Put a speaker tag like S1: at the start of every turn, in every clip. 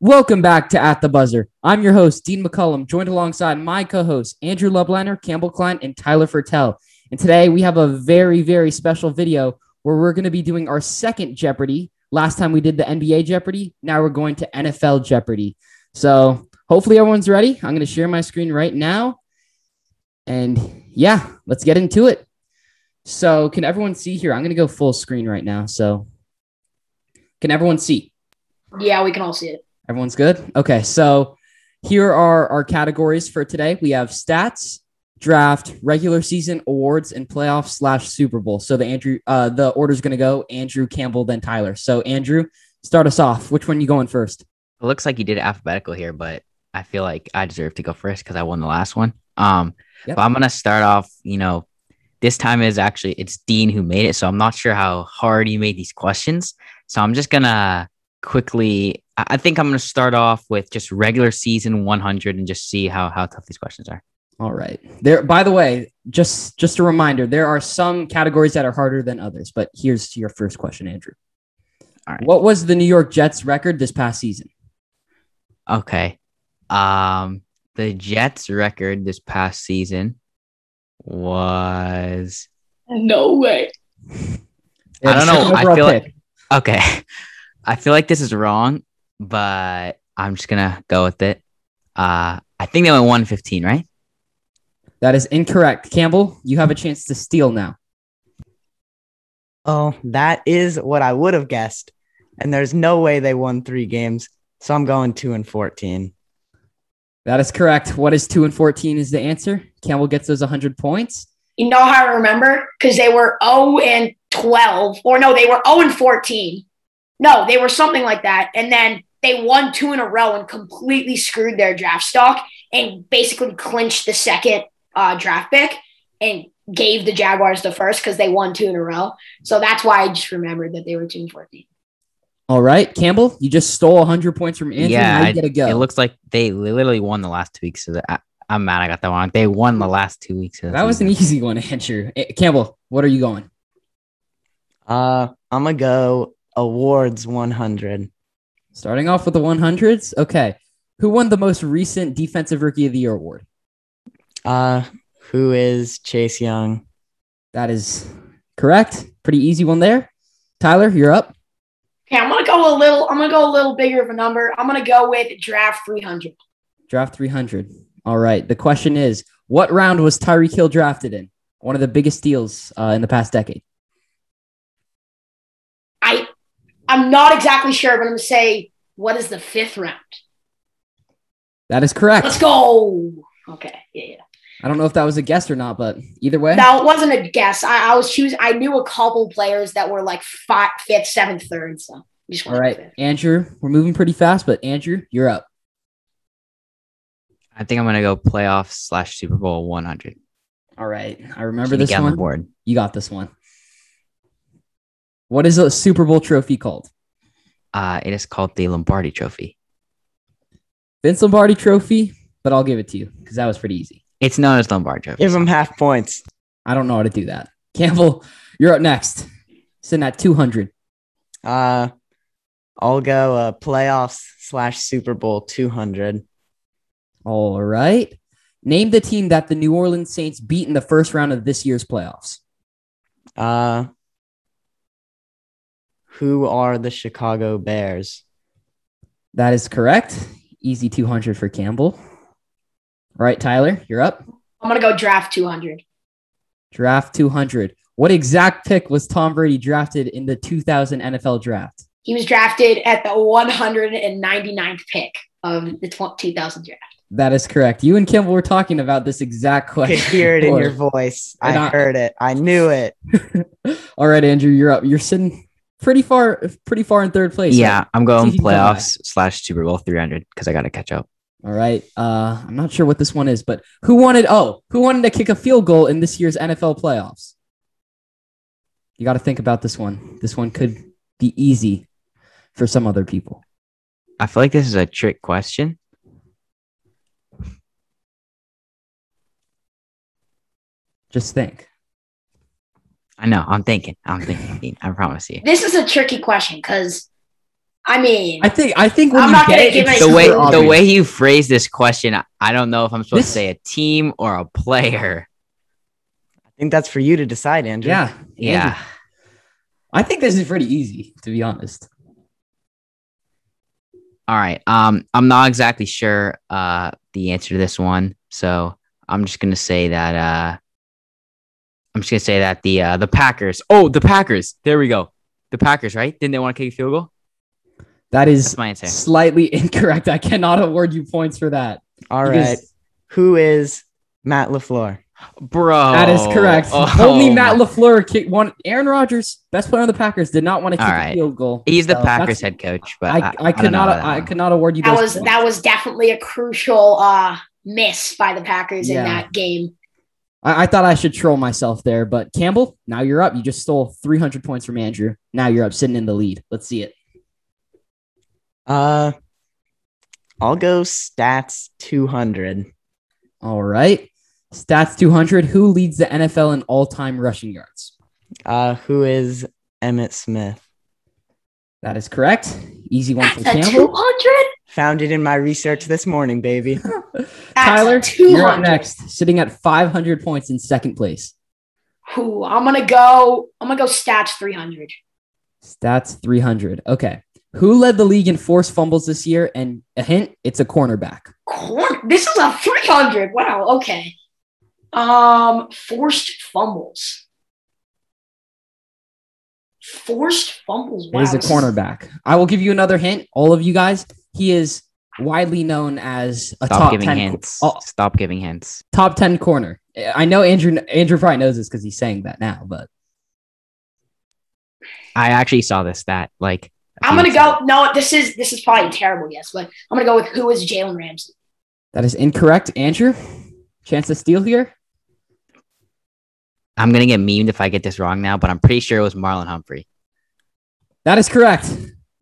S1: Welcome back to At the Buzzer. I'm your host, Dean McCullum, joined alongside my co hosts, Andrew Lubliner, Campbell Klein, and Tyler Fertel. And today we have a very, very special video where we're going to be doing our second Jeopardy. Last time we did the NBA Jeopardy, now we're going to NFL Jeopardy. So hopefully everyone's ready. I'm going to share my screen right now. And yeah, let's get into it. So, can everyone see here? I'm going to go full screen right now. So, can everyone see?
S2: Yeah, we can all see it.
S1: Everyone's good? Okay. So, here are our categories for today we have stats, draft, regular season awards, and playoff slash Super Bowl. So, the Andrew, uh, the order's going to go Andrew, Campbell, then Tyler. So, Andrew, start us off. Which one you going first?
S3: It looks like you did it alphabetical here, but I feel like I deserve to go first because I won the last one. Um,
S1: Yep.
S3: but I'm gonna start off. You know, this time is actually it's Dean who made it, so I'm not sure how hard he made these questions. So I'm just gonna quickly. I I think I'm gonna start off with just regular season 100 and just see how how tough these questions are.
S1: All right. There by the way, just just a reminder, there are some categories that are harder than others, but here's to your first question, Andrew.
S3: All right.
S1: What was the New York Jets record this past season?
S3: Okay. Um, the Jets' record this past season was
S2: No way.
S1: They had
S3: I
S1: the
S3: don't know.
S1: second
S3: I
S1: overall
S3: feel
S1: pick.
S3: Okay. I feel like this is wrong, but I'm just gonna go with it. Uh I think they went 115, right?
S1: that is incorrect. Campbell, you have a chance to steal now.
S4: Oh, that is what I would have guessed. And there's no way they won three games. So I'm going two and 14.
S1: That is correct. What is 2 and 14 is the answer. Campbell gets those 100 points.
S2: You know how I remember? Because they were 0 and 12. Or no, they were 0 and 14. No, they were something like that. And then they won two in a row and completely screwed their draft stock and basically clinched the second uh, draft pick and gave the Jaguars the first because they won two in a row. So that's why I just remembered that they were 2 and 14.
S1: All right, Campbell, you just stole 100 points from Andrew.
S3: Yeah,
S1: now you
S3: I-
S1: got to go.
S3: It looks like they literally won the last two weeks of the I, I'm mad I got that wrong. They won the last two weeks of the
S1: that was an
S3: season.
S1: easy one, Andrew. Eh, Campbell, what are you going?
S4: Uh, I'm going to go awards 100.
S1: Starting off with the 100s. Okay. Who won the most recent Defensive Rookie of the Year award?
S4: Uh, who is Chase Young?
S1: That is correct. Pretty easy one there. Tyler, you're up.
S2: Okay, I'm gonna go a little. I'm gonna go a little bigger of a number. I'm gonna go with draft 300.
S1: Draft 300. All right. The question is what round was Tyreek Hill drafted in? One of the biggest deals uh, in the past decade.
S2: I, I'm not exactly sure, but I'm gonna say what is the fifth round?
S1: That is correct.
S2: Let's go. Okay, yeah,
S1: I don't know if that was a guess or not, but either way,
S2: yeah. Now it wasn't a guess. I, I was choosing. I knew a couple players that were like five, fifth, seventh, third. So I just
S1: all
S2: went
S1: right.
S2: fifth.
S1: Andrew, we're moving pretty fast, but Andrew, you're up. e-
S3: I think I'm gonna go playoff slash Super Bowl 100.
S1: All right. I remember
S3: Can you
S1: this
S3: get on the
S1: one.
S3: board.
S1: You got this one. What is a Super Bowl trophy called?
S3: Uh, it is called the Lombardi Trophy.
S1: Vince Lombardi trophy, but I'll give it to you because that was pretty easy.
S3: It's known as Lombardi Trophy.
S4: Give him half points.
S1: I don't know how to do that. Campbell, you're up next. Sitting at 200.
S4: Uh, I'll go uh, playoffs slash Super Bowl 200.
S1: All right. Name the team that the New Orleans Saints beat in the first round of this year's playoffs.
S4: Uh, who are the Chicago Bears?
S1: That is correct. Easy 200 for Campbell. All right, Tyler, you're up.
S2: I'm gonna go draft 200.
S1: Draft 200. What exact pick was Tom Brady drafted in the 2000 NFL draft?
S2: He was drafted at the 199th pick of the tw- 2000 draft.
S1: That is correct. You and Campbell were talking about this exact
S4: I
S1: question.
S4: could hear it in your
S1: before.
S4: voice.
S1: They're
S4: I
S1: not-
S4: heard it. I knew it.
S1: All right, Andrew, you're up. You're sitting pretty far, pretty far in third place.
S3: yeah, I'm going
S1: See if you can come back.
S3: playoffs slash Super Bowl 300 because I gotta catch up.
S1: All right. Uh, I'm not sure what this one is, but who wanted? Oh, who wanted to kick a field goal in this year's NFL playoffs? You got to think about this one. This one could be easy for some other people.
S3: I feel like this is a trick question.
S1: Just think.
S3: I know. I'm thinking. I'm thinking. Dean, I promise you.
S2: This is a tricky question because I mean,
S1: I think I think when
S2: I'm
S1: you
S2: not
S1: get
S2: gonna
S1: it,
S2: give
S1: it's
S2: it-
S3: the
S1: super
S3: way the
S1: obvious.
S3: way you phrase this question, I- I don't know if I'm supposed
S1: This-
S3: to say a team or a player.
S4: I think that's for you to decide, Andrew.
S1: yeah
S3: Yeah.
S1: Andrew. I think this is pretty easy to be honest.
S3: All right. Um, I'm not exactly sure uh the answer to this one, so I'm just gonna say that uh, I'm just gonna say that the uh the Packers. Oh, the Packers. There we go. The Packers, right? Didn't they want to kick a field goal?
S1: That
S3: That's
S1: is
S3: my answer.
S1: slightly incorrect. I cannot award you points for that.
S4: All right.
S1: because
S4: Who is Matt LaFleur?
S3: Bro,
S1: That is correct.
S3: Oh,
S1: Only
S3: my-
S1: Matt LaFleur kicked one. Aaron Rodgers, best player on the Packers, did not want to kick
S3: All
S1: a
S3: right.
S1: field goal.
S3: He's the
S1: So that's-
S3: Packers head coach, but
S1: I, I, could not I could not award you
S2: that
S1: those
S2: was
S1: points.
S2: that was definitely a crucial uh miss by the Packers
S1: Yeah.
S2: in that game.
S1: I, I thought I should troll myself there, but Campbell, now you're up. You just stole 300 points from Andrew. Now you're up, sitting in the lead. Let's see it.
S4: Uh, I'll go stats 200.
S1: All right, stats 200. Who leads the NFL in all-time rushing yards?
S4: Uh, who is Emmett Smith?
S1: That is correct. Easy one
S2: That's
S1: for
S2: a
S1: Campbell.
S2: two hundred.
S4: Found it in my research this morning, baby.
S1: Tyler,
S2: That's two
S1: you're up
S2: hundred.
S1: next, sitting at 500 points in second place.
S2: Who I'm gonna go. I'm gonna go stats three hundred.
S1: Stats 300. Okay. Who led the league in forced fumbles this year? And a hint, it's a cornerback.
S2: Corn. This is a three hundred. Wow. Okay. Um, forced fumbles. Forced fumbles. Wow.
S1: It is a
S2: this
S1: cornerback. I will give you another hint, all of you guys. He is widely known as a
S3: Stop
S1: top
S3: giving
S1: 10
S3: hints.
S1: oh,
S3: Stop giving hints.
S1: top 10 corner. I know Andrew Andrew probably knows this cuz he's saying that now, but
S3: I actually saw this stat like a
S2: I'm
S3: few
S2: gonna
S3: weeks ago.
S2: go. No, this is this is probably a terrible guess, but I'm gonna go with who is Jalen Ramsey.
S1: that is incorrect. Andrew, chance to steal here?
S3: I'm gonna get memed if I get this wrong now, but I'm pretty sure it was Marlon Humphrey.
S1: That is correct.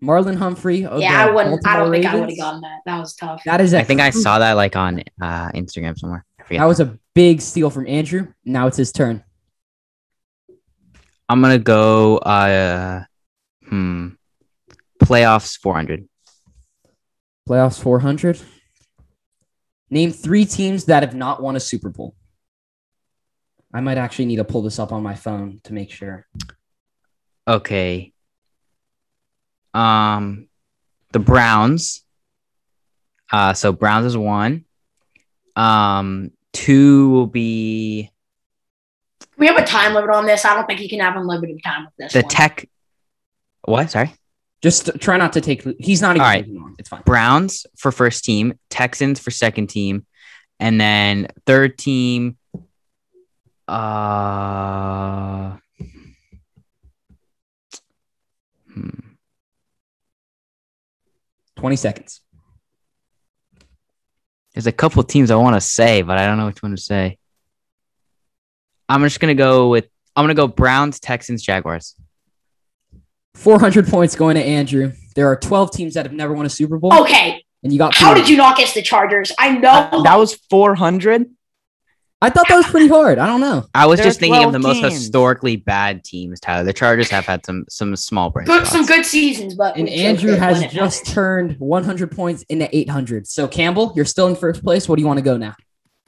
S1: Marlon Humphrey. of Oh,
S2: yeah,
S1: the
S2: I wouldn't. I don't
S1: Baltimore
S2: think I would have
S1: Ravens.
S2: gotten that. That was tough.
S1: That is a
S3: I think I saw that like on uh, Instagram somewhere. I forget.
S1: That was a big steal from Andrew. Now it's his turn.
S3: I'm gonna go. Uh, hmm. Playoffs 400.
S1: Playoffs 400. Name three teams that have not won a Super Bowl. I might actually need to pull this up on my phone to make sure.
S3: Okay. Um, the Browns. Uh, so Browns is one. Um, two will be
S2: We have a time limit on this. I don't think you can have unlimited time with this.
S3: the
S2: one.
S3: Tech. What? Sorry.
S1: Just try not to take. He's not even
S3: All right.
S1: taking long. It's fine.
S3: Browns for first team, Texans for second team, and then third team. Uh, hmm.
S1: 20 seconds.
S3: There's a couple teams I want to say, but I don't know which one to say. I'm just gonna go with I'm gonna go Browns, Texans, Jaguars.
S1: 400 points going to Andrew. There are 12 teams that have never won a Super Bowl,
S2: Okay,
S1: and you got.
S2: Oh, how
S1: three.
S2: did you not guess the Chargers? I know.
S4: that was 400.
S1: I thought that was pretty hard. I don't know.
S3: I was
S4: There are
S3: just thinking of
S4: 12
S3: the most
S4: teams.
S3: historically bad teams, Tyler. The Chargers have had some some small breaks.
S2: good, some good seasons, but
S1: And
S2: we chose
S1: Andrew
S2: this
S1: has
S2: when it
S1: just
S2: matters.
S1: turned 100 points into 800. So Campbell, you're still in first place. What do you want to go now?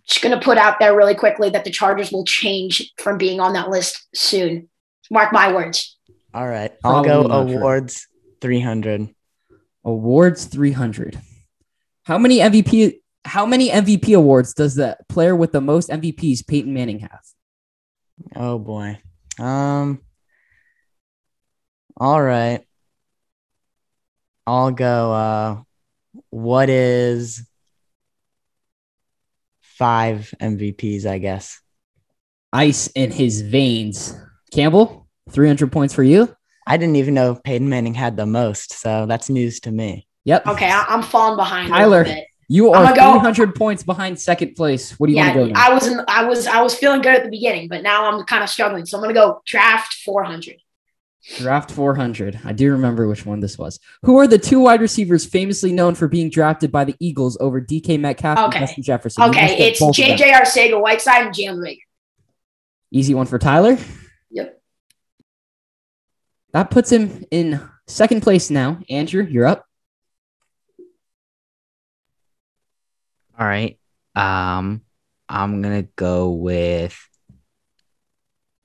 S2: just gonna put out there really quickly that the Chargers will change from being on that list soon. Mark my words.
S4: All right. I'll go
S1: Probably not true.
S4: awards 300.
S1: Awards 300. How many MVP how many MVP awards does the player with the most MVPs Peyton Manning have?
S4: Oh boy. Um. All right. I'll go. Uh, what is five MVPs? I guess.
S1: Ice in his veins. Campbell, 300 points for you.
S4: I didn't even know Peyton Manning had the most, so that's news to me.
S1: Yep.
S2: Okay, I, I'm falling behind.
S1: Tyler,
S2: a little bit.
S1: You
S2: I'm
S1: are
S2: gonna go-
S1: 300 points behind second place. What do you
S2: yeah,
S1: want to go now?
S2: I was in, I was I was feeling good at the beginning, but now I'm kind of struggling. So I'm gonna go draft 400.
S1: Draft 400. I do remember which one this was. Who are the two wide receivers famously known for being drafted by the Eagles over DK Metcalf
S2: Okay.
S1: and Justin Jefferson? You
S2: Okay,
S1: missed it,
S2: it's
S1: both of them.
S2: JJ Arcega, Whiteside, and Jalen Rager.
S1: Easy one for Tyler.
S2: Yep.
S1: That puts him in Second place now. Andrew, you're up.
S3: All right. Um, I'm gonna go with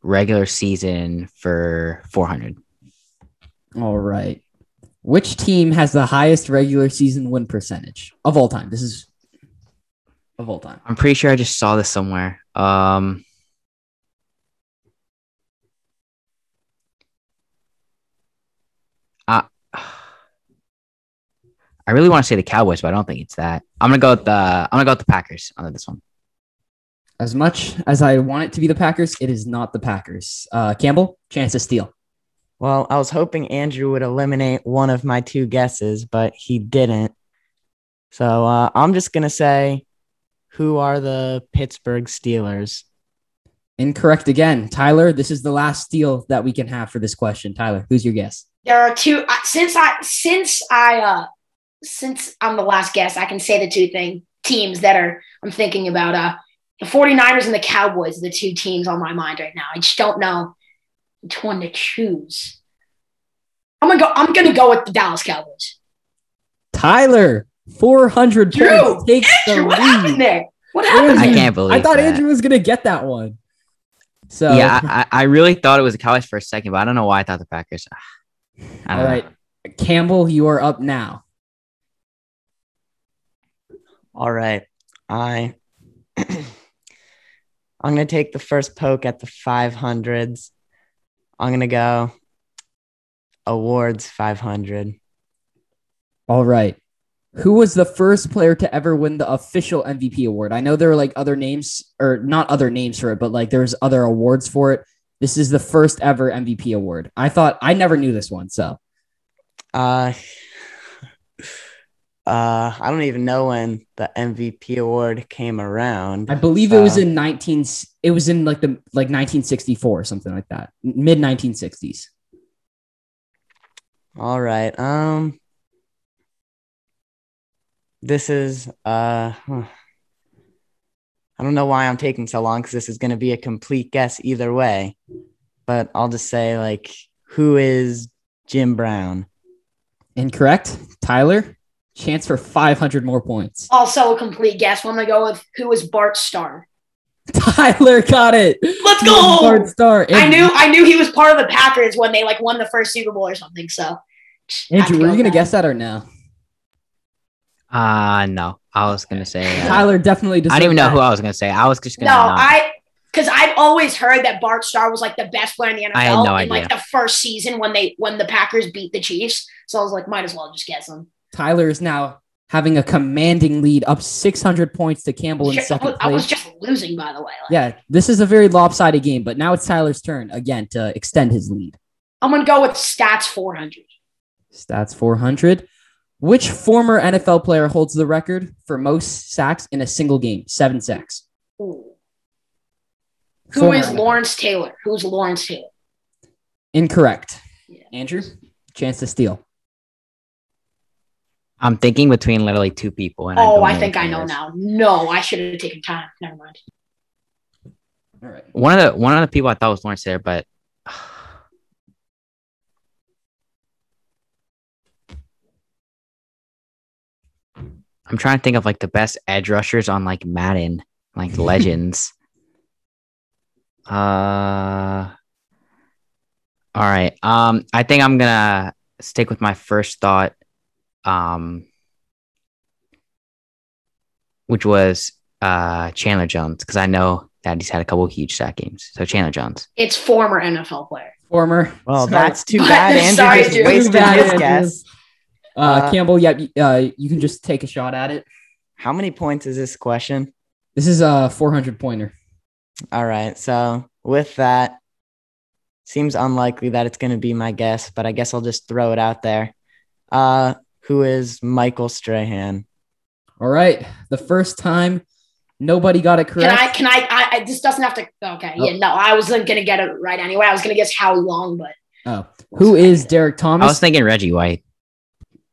S3: regular season for 400.
S1: All right. Which team has the highest regular season win percentage of all time? This is of all time.
S3: I'm pretty sure I just saw this somewhere. Um, I, I really want to say the Cowboys, but I don't think it's that. I'm gonna go with the I'm gonna go with the Packers on this one.
S1: As much as I want it to be the Packers, it is not the Packers. Uh, Campbell, chance to steal.
S4: Well, I was hoping Andrew would eliminate one of my two guesses, but he didn't. So uh, I'm just going to say, who are the Pittsburgh Steelers?
S1: Incorrect again. Tyler, this is the last steal that we can have for this question. Tyler, who's your guess?
S2: There are two I- since I since I uh since I'm the last guest, I can say the two thing teams that are I'm thinking about uh the 49ers and the Cowboys are the two teams on my mind right now. I just don't know which one to choose. I'm gonna go I'm gonna go with the Dallas Cowboys.
S1: Tyler, 400
S2: Drew,
S1: points takes
S2: Andrew, what
S1: the
S2: happened
S1: lead.
S2: there? What
S1: Andrew,
S2: happened
S3: I
S2: there?
S3: can't believe
S1: I thought
S3: that.
S1: Andrew was going to get that one. So,
S3: Yeah, I, I I really thought it was the Cowboys for a second, but I don't know why I thought the Packers. Ah, I
S1: all
S3: don't know.
S1: right. Campbell, you are up now.
S4: All right. I I'm going to take the first poke at the 500s. I'm going to go awards 500.
S1: All right. Who was the first player to ever win the official MVP award? I know there are like other names or not other names for it, but like there's other awards for it. This is the first ever MVP award. I thought I never knew this one. So
S4: Uh uh I don't even know when the MVP award came around.
S1: I believe it was
S4: so-
S1: in 19, s- it was in like the like 1964 or something like that, mid 1960s.
S4: All right. Um this is uh huh. I don't know why I'm taking so long cuz this is going to be a complete guess either way. But I'll just say like who is Jim Brown?
S1: Incorrect. Tyler, chance for 500 more points.
S2: Also a complete guess. I'm gonna go with who was Bart Starr.
S1: Tyler got it.
S2: Let's
S1: Hard
S2: go.
S1: star.
S2: I knew I knew he was part of the Packers when they like won the first Super Bowl or something. So have to
S1: Andrew,
S2: go
S1: were you
S2: with
S1: going to
S2: that.
S1: guess that or no?
S3: Uh no, I was gonna say. uh,
S1: Tyler definitely
S3: I
S1: deserved
S3: don't even know
S1: that.
S3: who I was gonna say. I was just
S2: No,
S3: gonna. not-
S2: I because I've always heard that Bart Starr was like the best player in the NFL
S3: I had no
S2: in like
S3: idea.
S2: the first season when they when the Packers beat the Chiefs. So I was like, might as well just guess him.
S1: Tyler is now having a commanding lead up 600 points to Campbell in
S2: Shit, I,
S1: second
S2: was, I was
S1: place.
S2: just losing, by the way. Like,
S1: Yeah, this is a very lopsided game, but now it's Tyler's turn again to extend his lead.
S2: I'm gonna go with stats 400.
S1: Stats 400. Which former NFL player holds the record for most sacks in a single game? Seven sacks.
S2: Ooh. Who
S1: Former
S2: is
S1: NFL.
S2: Lawrence Taylor? Who's Lawrence Taylor?
S1: Incorrect.
S2: Yeah.
S1: Andrew, chance to steal.
S3: I'm thinking between literally two people. And
S2: oh,
S3: don't
S2: I think
S3: which
S2: I
S3: one it
S2: know
S3: is.
S2: now. No, I should have taken time. Never mind.
S1: All right.
S3: One of the one of the people I thought was Lawrence there, but I'm trying to think of like the best edge rushers on like Madden, like legends. Uh, all right. Um, I think I'm gonna stick with my first thought. Um, which was uh Chandler Jones because I know that he's had a couple huge sack games. So Chandler Jones.
S2: It's former NFL player.
S1: Former.
S4: Well,
S1: Sorry.
S4: that's too
S2: But-
S4: bad. Andrew
S2: sorry,
S4: just
S2: dude.
S4: wasted
S1: Too bad,
S4: his
S1: Andrew.
S4: guess.
S1: Uh,
S4: Uh,
S1: Campbell, yeah, y- uh, you can just take a shot at it.
S4: How many points is this question?
S1: This is a 400 pointer.
S4: All right. So with that, seems unlikely that it's going to be my guess, but I guess I'll just throw it out there. Uh, who is Michael Strahan?
S1: All right. The first time nobody got it
S2: Can
S1: correct.
S2: I? Can I, I? I? This doesn't have to. Okay.
S3: Oh.
S2: Yeah. No, I wasn't gonna get it right anyway. I was gonna guess how long, but
S1: Oh, who is Derek Thomas?
S3: I was thinking Reggie White.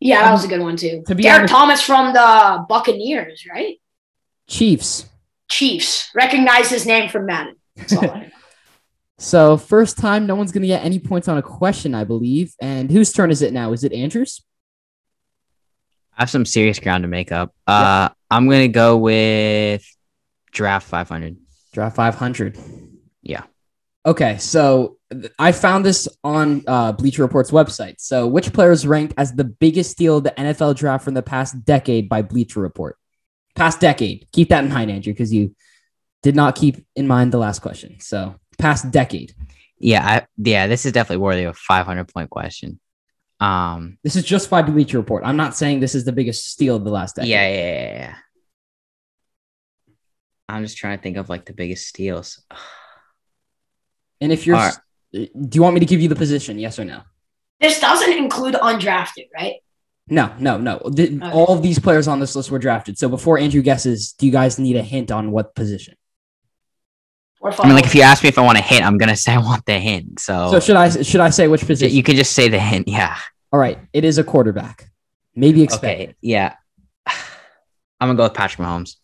S2: Yeah,
S1: Um,
S2: that was a good one too.
S1: to be
S2: Derek
S1: honest-
S2: Thomas from the Buccaneers, right?
S1: Chiefs.
S2: Chiefs. Recognize his name from Madden. That's all I know.
S1: So first time, no one's gonna get any points on a question, I believe. And whose turn is it now? Is it Andrew's?
S3: I have some serious ground to make up. Uh, I'm gonna go with draft 500.
S1: Draft 500.
S3: Yeah.
S1: Okay, so th- I found this on uh, Bleacher Report's website. So, which player is ranked as the biggest steal of the NFL draft from the past decade by Bleacher Report? Past decade. Keep that in mind, Andrew, because you did not keep in mind the last question. So, past decade.
S3: Yeah, I, yeah, this is definitely worthy of a 500 point question. Um,
S1: This is just by Bleacher Report. I'm not saying this is the biggest steal of the last
S3: yeah,
S1: decade.
S3: yeah, yeah, yeah. I'm just trying to think of like the biggest steals.
S1: And if you're, s- do you want me to give you the position? Yes or no?
S2: This doesn't include undrafted, right?
S1: No, no, no. The- All of these players on this list were drafted. So before Andrew guesses, do you guys need a hint on what position?
S2: Or
S3: I mean, like if you ask me if I want a hint, I'm gonna say I want the hint. So,
S1: So should I should I say which
S3: j-
S1: position?
S3: Oh. you can just say the hint. Yeah.
S1: All right, it is a quarterback. Maybe expected.
S3: Okay. Yeah. I'm gonna go with Patrick Mahomes.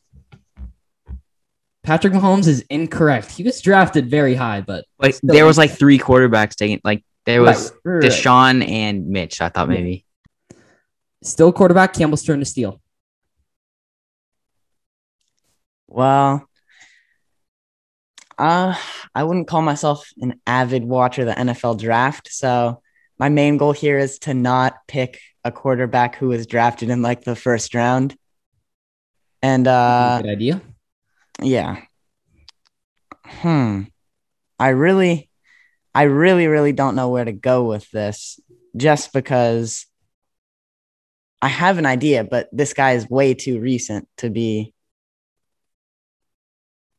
S1: Patrick Mahomes is incorrect. He was drafted very high, but
S3: But
S1: Still
S3: there was like three quarterbacks taking like there was
S1: Right, right, right.
S3: Deshaun and Mitch. I thought maybe.
S1: still quarterback. Campbell's turn to steal.
S4: Well, uh, I wouldn't call myself an avid watcher of the NFL draft. So my main goal here is to not pick a quarterback who was drafted in like the first round. And uh,
S1: Good idea.
S4: yeah. Hmm. I really, I really, really don't know where to go with this just because I have an idea, but this guy is way too recent to be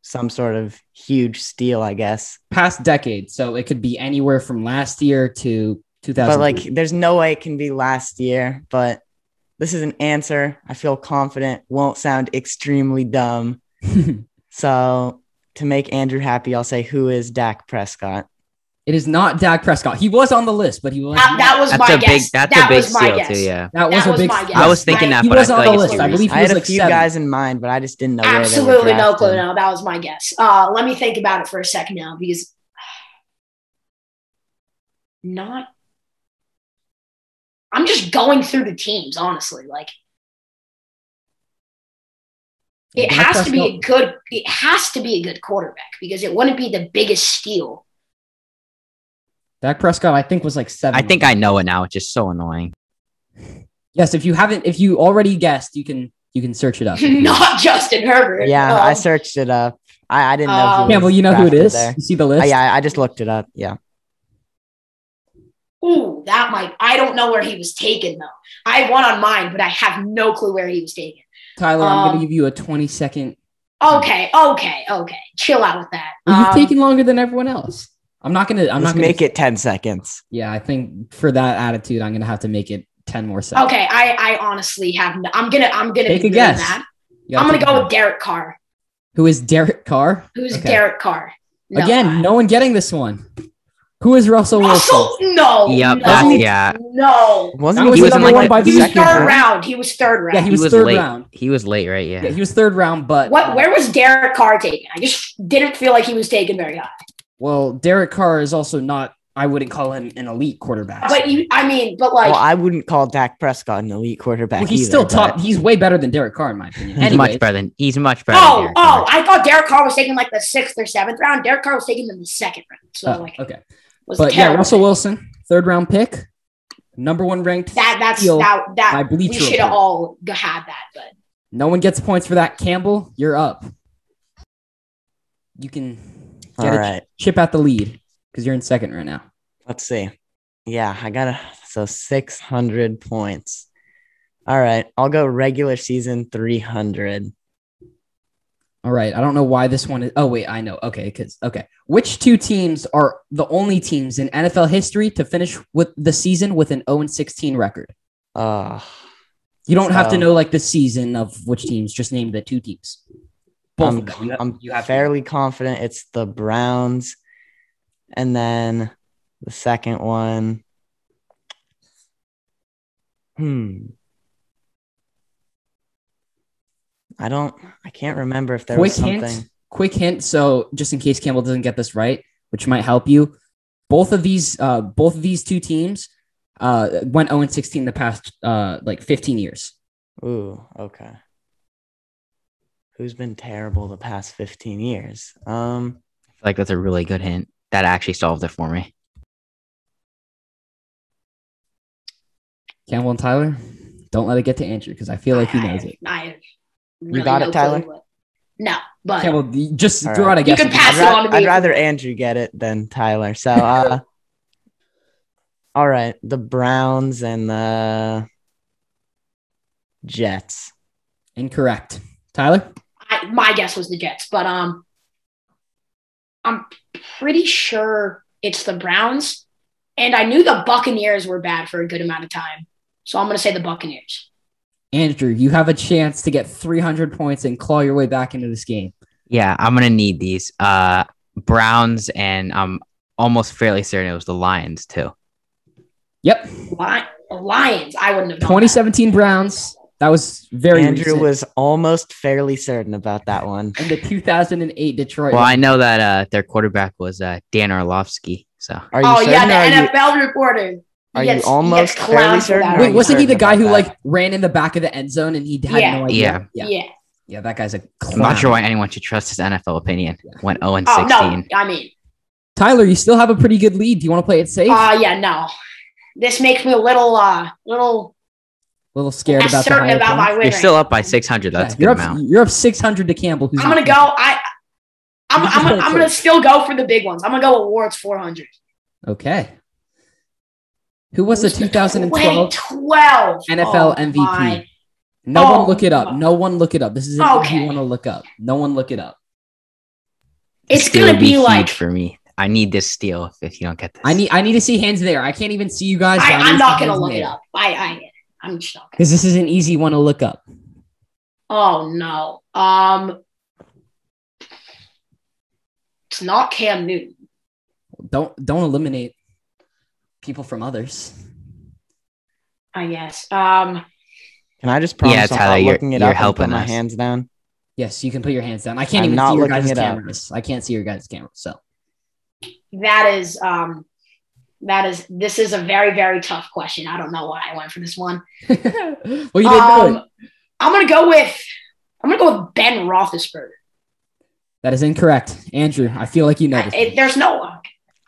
S4: some sort of huge steal, I guess.
S1: Past decade, so it could be anywhere from last year to 2000.
S4: But like, there's no way it can be last year, but this is an answer. I feel confident, won't sound extremely dumb.
S1: it
S4: So to make Andrew happy, I'll say, who is Dak Prescott?
S1: is not Dak Prescott. He was on the list, but he was
S2: that, that was
S3: That's
S2: my
S3: a
S2: guess.
S3: big. That's
S2: that
S3: a big
S2: was my
S3: steal
S2: guess.
S3: too. Yeah.
S1: that was
S2: that
S1: a
S2: was
S1: big.
S2: my guess.
S3: I was thinking
S2: Right.
S3: that,
S1: He
S3: but I
S1: was
S3: feel
S1: on
S3: like
S1: the
S3: it's
S1: list.
S3: too
S1: I believe
S3: recent.
S1: he
S4: I
S1: was
S4: had
S1: like
S4: a few
S1: seven.
S4: guys in mind, but I just didn't know. where they were
S2: Absolutely no clue.
S4: drafted.
S2: No, that was my guess. Uh, let me think about it for a second now because not. I'm just going through the teams, honestly. Like it
S1: Dak
S2: has to be a
S1: Prescott-
S2: good. It has to be a good quarterback because it wouldn't be the biggest steal.
S1: Dak Prescott, I think, was like seven.
S3: I think I know it now. It's just so annoying.
S1: Yes, if you haven't, if you already guessed, you can you can search it up.
S2: not Justin Herbert.
S4: Yeah,
S2: Um,
S4: I searched it up. I, I didn't know.
S2: Um,
S4: who
S1: Campbell,
S4: was
S1: you know who it
S4: drafted
S1: is.
S4: there.
S1: You see the
S4: Uh,
S1: list.
S4: yeah, I just looked it up. Yeah.
S2: Ooh, that might. I don't know where he was taken though. I have one on mine, but I have no clue where he was taken.
S1: Tyler, I'm going
S2: Um,
S1: to give you a 20 second.
S4: Hmm.
S2: Okay, okay, okay. Chill out with that.
S1: Well, you've
S2: Um,
S1: taken longer than everyone else. I'm not going to. I'm
S4: Let's
S1: not going
S4: make it 10 seconds.
S1: Yeah, I think for that attitude, I'm going to have to make it 10 more seconds.
S2: Okay, I I honestly have. No, I'm gonna I'm gonna
S1: Take
S2: be
S1: a
S2: really
S1: guess.
S2: mad.
S1: You gotta
S2: I'm gonna
S1: think
S2: go
S1: about
S2: with Derek Carr.
S1: it. Who is Derek Carr?
S2: Who's
S1: Okay.
S2: Derek Carr? No.
S1: Again, no one getting this one. Who is Russell Wilson?
S2: Russell. No.
S3: Yep.
S2: No.
S3: that- yeah.
S2: No.
S4: Wasn't
S1: That
S4: he
S1: was
S4: was
S3: number
S4: like
S3: one
S4: the
S1: by the
S2: He was
S1: Second
S2: third
S1: round?
S2: round. He was third round.
S1: Yeah, he was, third
S3: late.
S1: round.
S3: He was late, right? Yeah.
S1: Yeah, he was third round, but
S2: what? Where was Derek Carr taken? I just didn't feel like he was taken very high.
S1: Well, Derek Carr is also not. I wouldn't call him an elite quarterback.
S2: But you, I mean,
S1: Oh,
S2: but like,
S4: Well, I wouldn't call Dak Prescott an elite quarterback.
S1: Well, he's
S4: either,
S1: still
S4: but-
S1: top. He's way better than Derek Carr in my opinion.
S3: He's
S1: Anyway,
S3: much better than. He's much better. than
S2: oh,
S3: Derek
S2: oh,
S3: Carr.
S2: I thought Derek Carr was taken like the sixth or seventh round. Derek Carr was taken in the second round. So
S1: Oh,
S2: like,
S1: okay.
S2: was
S1: But yeah,
S2: terrible.
S1: Russell Wilson, third round pick, number one ranked.
S2: That that's
S1: steal
S2: that
S1: by
S2: that we
S1: Bleacher
S2: should
S1: Report.
S2: have all had that. But
S1: No one gets points for that. Campbell, you're up. You can get
S4: All
S1: a
S4: right.
S1: chip at the lead because you're in second right now.
S4: Let's see. Yeah, I got to. So 600 points. All right. I'll go regular season 300.
S1: All right. I don't know why this one is. Oh, wait. I know. Okay. Because, okay. Which two teams are the only teams in NFL history to finish with the season with an 0 16 record?
S4: Uh,
S1: You don't have to
S4: So-
S1: know like the season of which teams, just name the two teams. Um, Both
S4: I'm,
S1: of them. You have-
S4: I'm
S1: you have to-
S4: fairly confident it's the Browns. And then the second one. Hmm. I don't, I can't remember if there
S1: quick
S4: was something.
S1: hint. Quick hint. So, just in case Campbell doesn't get this right, which might help you. Both of these, uh, both of these two teams uh, went 0 16 the past uh, like 15 years.
S4: Ooh, okay. Who's been terrible the past 15 years? Um,
S3: I feel like that's a really good hint. That actually solved it for me.
S1: Campbell and Tyler, don't let it get to Andrew because I feel like he
S2: I- I
S1: knows
S2: have-
S1: it.
S2: I have
S4: You
S2: really
S4: got
S2: no
S4: it, Tyler?
S2: clue what- No, but
S1: Campbell, you- just
S4: All
S1: throw
S4: right.
S1: out a
S4: You
S1: guess.
S2: can
S1: at
S2: pass
S4: I'd,
S1: the
S2: it
S1: moment.
S4: ra-
S2: on to
S4: I'd
S2: me.
S4: rather Andrew get it than Tyler. So, uh, all right, the Browns and the Jets.
S1: Incorrect. Tyler,
S2: I, my guess was the Jets, but um, I'm pretty sure it's the Browns, and I knew the Buccaneers were bad for a good amount of time, so I'm gonna say the Buccaneers.
S1: Andrew, you have a chance to get 300 points and claw your way back into this game.
S3: Yeah, I'm gonna need these. Uh, Browns and I'm almost fairly certain it was the Lions too.
S1: Yep,
S2: Li- Lions, I wouldn't have. known that.
S1: 2017 Browns. That was very
S4: Andrew
S1: recent.
S4: was almost fairly certain about that one.
S1: and the 2008 Detroit.
S3: Well, I know that uh, their quarterback was uh, Dan Orlovsky. So
S4: Are you
S2: Oh
S4: certain?
S2: yeah,
S4: or are you-
S2: the NFL reporter. He
S4: are you
S2: gets- he gets
S4: almost
S2: clowned
S4: fairly
S2: for
S4: certain?
S2: that
S4: or
S2: one.
S4: are
S1: Wait, wasn't he the
S4: certain
S1: guy who
S4: about that?
S1: like ran in the back of the end zone and he had
S2: Yeah.
S1: no idea?
S3: Yeah.
S1: yeah,
S2: yeah.
S1: Yeah, That guy's a
S3: I'm not
S1: clown.
S3: sure why anyone should trust his NFL opinion. Went 0 and
S2: Oh
S3: 16.
S2: no, I mean,
S1: Tyler, you still have a pretty good lead. Do you want to play it safe?
S2: uh yeah, no. This makes me a little, uh, little
S1: a little scared
S2: less
S1: about the
S2: certain
S1: higher
S2: about my
S1: points?
S2: winner.
S3: You're still up by 600.
S1: Yeah,
S3: That's a
S1: you're
S3: good
S1: up.
S3: amount.
S1: You're up 600 to Campbell. Who's
S2: I'm gonna
S1: up
S2: go.
S1: next.
S2: I, I'm,
S1: You just
S2: I'm,
S1: play
S2: gonna, I'm gonna
S1: safe.
S2: still go for the big ones. I'm gonna go awards 400.
S1: Okay. Who was the 2012
S2: 2012
S1: NFL
S2: Oh,
S1: MVP?
S2: my.
S1: No one
S2: Oh,
S1: look it up.
S2: my.
S1: No one look it up. This is an easy
S2: Okay.
S1: one to look up. No one look it up.
S2: It's
S3: This
S2: gonna
S3: would
S2: be
S3: huge
S2: like-
S3: for me. I need this steal if, if you don't get this.
S1: I need I need to see hands there. I can't even see you guys. but
S2: I,
S1: I need
S2: I'm
S1: to
S2: not
S1: see
S2: gonna
S1: hands
S2: look it
S1: there.
S2: up. I, I, I'm just not. Gonna.
S1: Because this is an easy one to look up.
S2: Oh no. Um, it's not Cam Newton.
S1: Don't don't eliminate people from others.
S2: I guess. Um,
S4: Can I just promise
S3: Yeah,
S4: I'm
S3: Tyler,
S4: not
S3: you're-
S4: looking it
S3: you're
S4: up and
S3: helping
S4: put my
S3: us.
S4: hands down?
S1: Yes, you can put your hands down. I can't
S4: I'm
S1: even
S4: not
S1: see your
S4: looking
S1: guys'
S4: it up.
S1: cameras. I can't see your guys' cameras. So
S2: that is. Um, that is. This is a very, very tough question. I don't know why I went for this one.
S1: well, you didn't know it.
S2: Um, I'm gonna go with. I'm gonna go with Ben Roethlisberger.
S1: That is incorrect, Andrew. I feel like you know
S2: I-
S1: this.
S2: it- there's no one.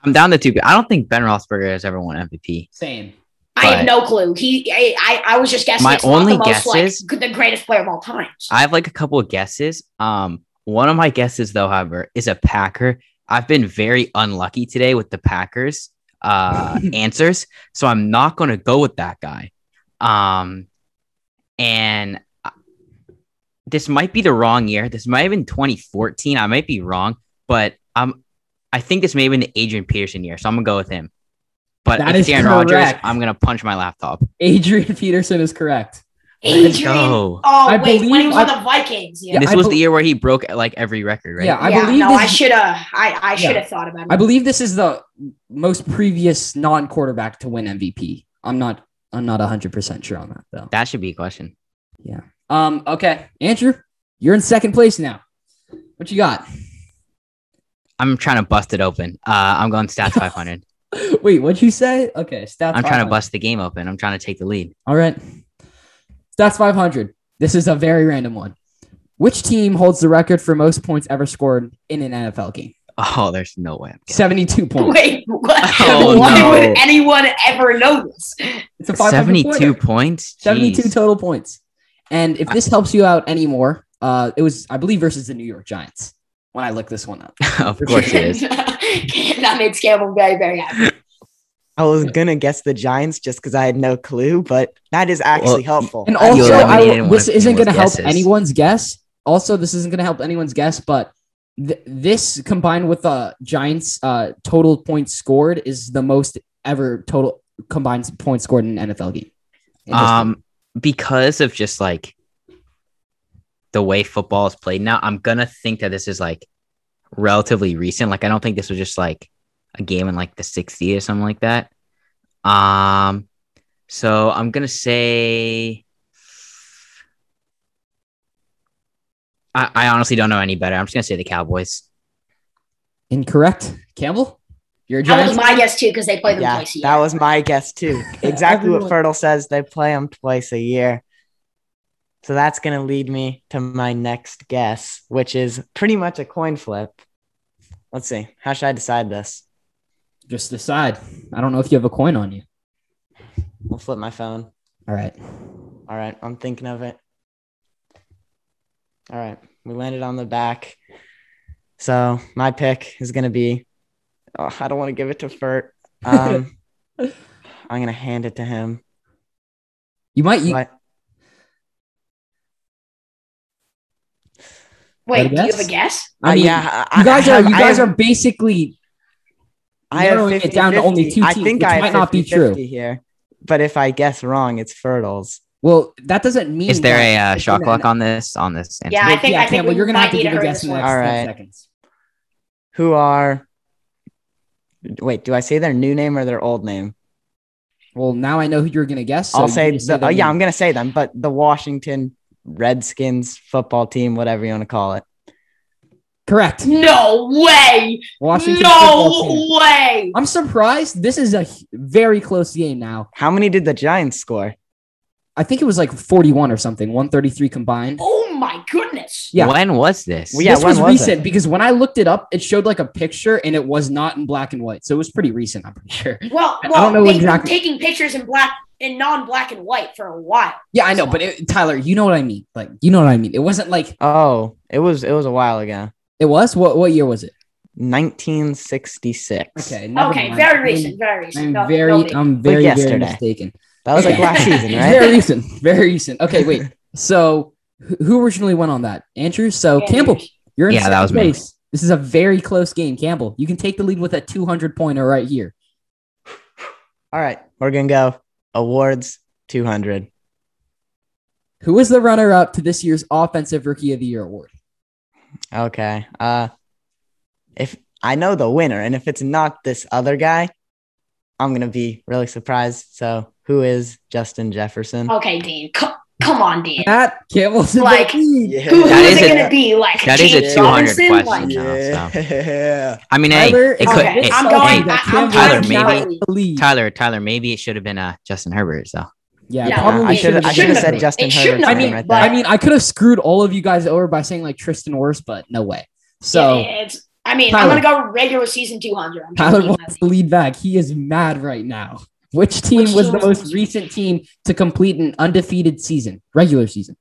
S3: I'm down to two. I don't think Ben Roethlisberger has ever won MVP.
S1: Same.
S2: I have
S3: But-
S2: no clue. He, I, I, I was just guessing.
S3: My
S2: it's not
S3: only
S2: the most,
S3: guess
S2: like,
S3: is-
S2: the greatest player of all time. So-
S3: I have like a couple of guesses. Um, one of my guesses, though, however, is a Packer. I've been very unlucky today with the Packers uh, answers, so I'm not going to go with that guy. Um, and I- this might be the wrong year. This might have been 2014. I might be wrong, but um, I think this may have been the Adrian Peterson year, so I'm gonna go with him. But
S1: That
S3: if it's
S1: is
S3: Aaron Rodgers,
S1: correct.
S3: I'm gonna punch my laptop.
S1: Adrian Peterson is correct.
S3: Let's
S2: Adrian.
S3: go.
S2: Oh
S1: I
S2: wait, when he
S1: believe-
S2: was on the Vikings. Yeah.
S1: Yeah,
S3: this
S1: I
S3: was
S1: bel-
S3: the year where he broke like every record, right?
S1: Yeah, I
S2: Yeah,
S1: believe
S2: no,
S1: this.
S2: I should have. I, I should have thought about it.
S1: I believe this is the most previous non-quarterback to win MVP. I'm not. I'm not 100 percent sure on that though.
S3: That should be a question.
S1: Um. Okay, Andrew, you're in second place now. What you got?
S3: I'm trying to bust it open. Uh, I'm going stats 500.
S1: Wait, what'd you say? Okay, stats.
S3: I'm trying
S1: 500.
S3: to bust the game open. I'm trying to take the lead.
S1: All right, stats 500. This is a very random one. Which team holds the record for most points ever scored in an NFL game?
S3: Oh, there's no way. I'm getting
S1: 72 points.
S2: Wait, what?
S3: Oh,
S2: Why
S3: no.
S2: would anyone ever know this?
S1: It's a 500 pointer.
S3: 72 points.
S1: 72
S3: Jeez.
S1: total points. And if this helps you out anymore, uh, it was, I believe, versus the New York Giants when I looked this one up.
S3: of course it is.
S2: that makes Campbell very, very happy.
S4: I was gonna guess the Giants just because I had no clue, but that is actually
S3: Well,
S4: helpful.
S1: And
S4: I feel
S1: also,
S4: like-
S1: I,
S3: eliminated one
S1: this
S3: of
S1: isn't going to
S3: Campbell's
S1: help
S3: guesses.
S1: anyone's guess. Also, this isn't going to help anyone's guess, but th- this combined with the Giants' uh, total points scored is the most ever total combined points scored in an NFL game. In history.
S3: Um, because of just like the way football is played now, I'm gonna think that this is like relatively recent. Like, I don't think this was just like a game in like the 60s or something like that. Um, so I'm gonna say. I, I honestly don't know any better. I'm just gonna say the Cowboys.
S1: Incorrect. Campbell, you're a
S2: That was
S1: Giants.
S2: my guess too, because they play them
S4: yeah,
S2: twice a year.
S4: that was my guess too. Exactly what
S1: Everyone-
S4: Fertile says. They play them twice a year. So that's going to lead me to my next guess, which is pretty much a coin flip. Let's see. How should I decide this?
S1: Just decide. I don't know if you have a coin on you.
S4: I'll flip my phone.
S1: All right.
S4: All right. I'm thinking of it. All right. We landed on the back. So my pick is going to be. Oh, I don't want to give it to Fert. Um, I'm going to hand it to him.
S1: You might. You,
S4: But-
S1: I
S2: Wait, do you
S1: guess.
S2: have a guess?
S1: I
S4: Uh,
S1: mean,
S4: yeah, I-
S1: you guys
S4: I
S1: are.
S4: have-
S1: You
S4: I
S1: guys are
S4: have-
S1: basically.
S4: I have
S1: narrowing it down to
S4: 50-50.
S1: only two
S4: I
S1: teams,
S4: think
S1: which
S4: I have
S1: might not be
S4: 50-50
S1: true.
S4: here, but if I guess wrong, it's Fertiles.
S1: Well, that doesn't mean.
S3: Is there
S1: that
S3: a uh,
S1: it's
S3: shot
S1: gonna-
S3: clock on this? On this?
S2: Yeah, I think
S1: yeah,
S2: I think
S1: Campbell,
S2: we
S1: you're gonna have
S2: might
S1: to
S2: need
S1: give a
S2: hurry
S1: guess in
S2: this
S1: the
S2: one.
S1: next
S4: All
S1: ten
S4: right.
S1: seconds.
S4: Who are? Wait, do I say their new name or their old name?
S1: Well, now I know who you're gonna guess. so
S4: I'll
S1: you
S4: say.
S1: just
S4: The,
S1: their
S4: oh, yeah,
S1: name.
S4: I'm gonna say them, but the Washington Redskins football team, whatever you want to call it.
S1: Correct.
S2: No way!
S1: Washington football team.
S2: no way!
S1: I'm surprised. This is a h- very close game now.
S4: How many did the Giants score?
S1: I think it was like 41 or something, 133 combined.
S2: Oh my goodness!
S1: Yeah.
S3: When was this?
S4: Well, yeah,
S1: this
S4: when
S1: was,
S4: was
S1: recent
S4: it?
S1: because when I looked it up, it showed like a picture and it was not in black and white. So it was pretty recent, I'm pretty sure.
S2: Well,
S1: I
S2: well,
S1: don't know
S2: they've
S1: exactly-
S2: been taking pictures in black in non-black and white for a while.
S1: Yeah, I know, but it, Tyler, you know what I mean. Like, you know what I mean. It wasn't like
S4: Oh, it was it was a while ago.
S1: it was. What what year was it?
S4: 1966.
S1: Okay, never
S2: okay,
S1: mind.
S2: very
S1: I'm-
S2: recent, very recent.
S1: I'm
S2: No-
S1: very, um,
S2: no big-
S1: I'm very, very
S4: yesterday.
S1: mistaken.
S4: That was like last season, right?
S1: Very recent, very recent. Okay, wait. So, wh- who originally went on that? Andrew. So
S2: Yeah,
S1: Campbell, you're in
S3: Yeah, that
S1: second
S3: was me.
S1: place. This is a very close game, Campbell. You can take the lead with a 200 pointer right here.
S4: All right, we're gonna go awards 200.
S1: Who was the runner up to this year's Offensive Rookie of the Year award?
S4: Okay. Uh if I know the winner and if it's not this other guy, I'm going to be really surprised. So, who is Justin Jefferson?
S2: Okay, Dean, co- come on, Dean.
S1: That Campbell's in
S2: Like-
S1: the lead.
S4: Yeah.
S2: Who, who
S3: That
S2: is
S3: is
S2: it
S3: a-
S2: going to be? Like
S3: that is a
S2: James
S3: 200
S2: Robinson?
S3: question.
S2: Like,
S3: Yeah.
S4: Yeah.
S3: I mean,
S1: Tyler
S3: hey, it
S1: is
S3: could.
S2: Okay,
S3: it-
S2: I'm
S1: so
S2: going-
S1: good.
S2: I- I'm
S1: Campbell
S3: going-
S1: now
S3: Tyler,
S1: in
S2: maybe-
S1: the lead.
S3: Tyler, Tyler, maybe it should have been uh, Justin Herbert. So
S1: Yeah,
S2: Yeah,
S1: probably
S4: I should have
S1: should've
S4: I
S1: been
S4: should have
S2: shouldn't
S4: said
S1: Herbert.
S4: Justin
S2: It shouldn't
S4: Herbert.
S1: I
S2: have
S1: mean,
S4: right
S2: but-
S4: there.
S1: I mean, I could have screwed all of you guys over by saying like Tristan Worst, but no way. So
S2: yeah, it's, I mean,
S1: Tyler.
S2: I'm going to go regular season 200. I'm
S1: Tyler
S2: taking
S1: wants
S2: that.
S1: the lead back. He is mad right now. Which team
S2: Which
S1: was
S2: team
S1: the
S2: was-
S1: most recent team to complete an undefeated season, regular season?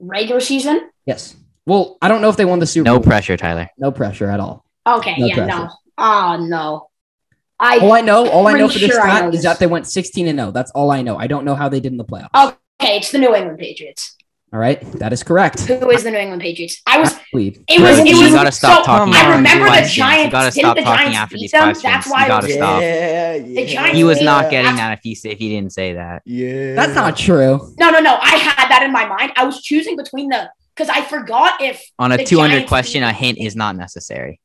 S2: regular season.
S1: Yes. Well, I don't know if they won the Super
S3: no
S1: Bowl.
S3: pressure, Tyler.
S1: No pressure at all.
S2: Okay,
S1: No
S2: yeah, no.
S1: pressure.
S2: Oh, no. I
S1: All I know, all I know for
S2: Pretty
S1: this
S2: sure I
S1: stat
S2: know
S1: is
S2: this.
S1: that they went 16 and 0. That's all I know. I don't know how they did in the playoffs.
S2: Oh. okay, it's the New England Patriots.
S1: All right. That is correct.
S2: Who is the New England Patriots? I was
S1: Lead.
S2: It was.
S4: Right.
S2: It
S4: You
S2: was.
S3: gotta stop
S2: so,
S4: talking
S2: I
S4: after
S2: remember the
S4: these questions. You
S2: Giants.
S3: gotta
S2: Didn't
S3: stop
S2: the
S3: talking
S2: Giants
S3: after
S2: beat
S3: these
S2: them?
S3: questions.
S2: That's
S3: You
S2: why.
S3: gotta
S2: it was-
S3: stop.
S4: Yeah, yeah.
S2: Giants
S3: He was
S2: Yeah.
S3: not getting that if he if he didn't say that.
S4: Yeah.
S1: That's not true.
S2: No, no, no. I had that in my mind. I was choosing between the because I forgot if.
S3: On a
S2: The
S3: 200
S2: Giants
S3: question,
S2: beat-
S3: a hint is not necessary.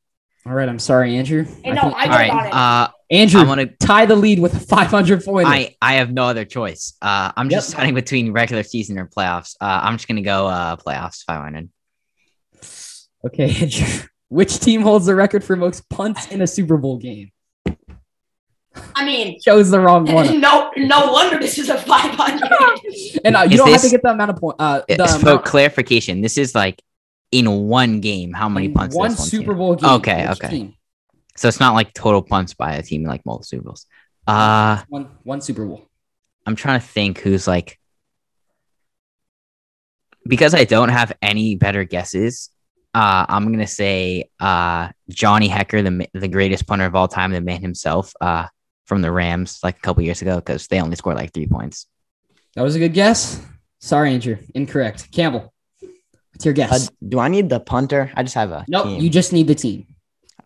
S1: All right. I'm sorry, Andrew.
S2: And no, I
S3: All
S2: don't
S3: right,
S2: got it.
S3: uh,
S1: Andrew,
S3: I'm gonna.
S1: tie the lead with a 500 pointer.
S3: I I have no other choice. Uh, I'm just
S1: Yep.
S3: deciding between regular season or playoffs. Uh, I'm just gonna go uh playoffs 500.
S1: Okay, Andrew. Which team holds the record for most punts in a Super Bowl game?
S2: I mean,
S1: Chose the wrong one.
S2: no, no wonder this is a five hundred.
S1: And uh, you
S3: Is
S1: don't have to
S3: this-
S1: get the amount of points. Uh, the
S3: It's for
S1: amount
S3: clarification, this is like in one game how many
S1: in
S3: punts
S1: one
S3: this one's
S1: Super
S3: in.
S1: Bowl game.
S3: Okay,
S1: each
S3: okay.
S1: team.
S3: So it's not like total punts by a team like multiple Super Bowls. Uh,
S1: One one Super Bowl.
S3: I'm trying to think who's like because I don't have any better guesses. Uh, I'm gonna say uh, Johnny Hecker, the ma- the greatest punter of all time, the man himself, uh, from the Rams, like a couple years ago, because they only scored like three points.
S1: That was a good guess. Sorry, Andrew. Incorrect. Campbell, what's your
S4: Uh,
S1: guess?
S4: do I need the punter? I just have a
S1: nope.
S4: team.
S1: You just need the team.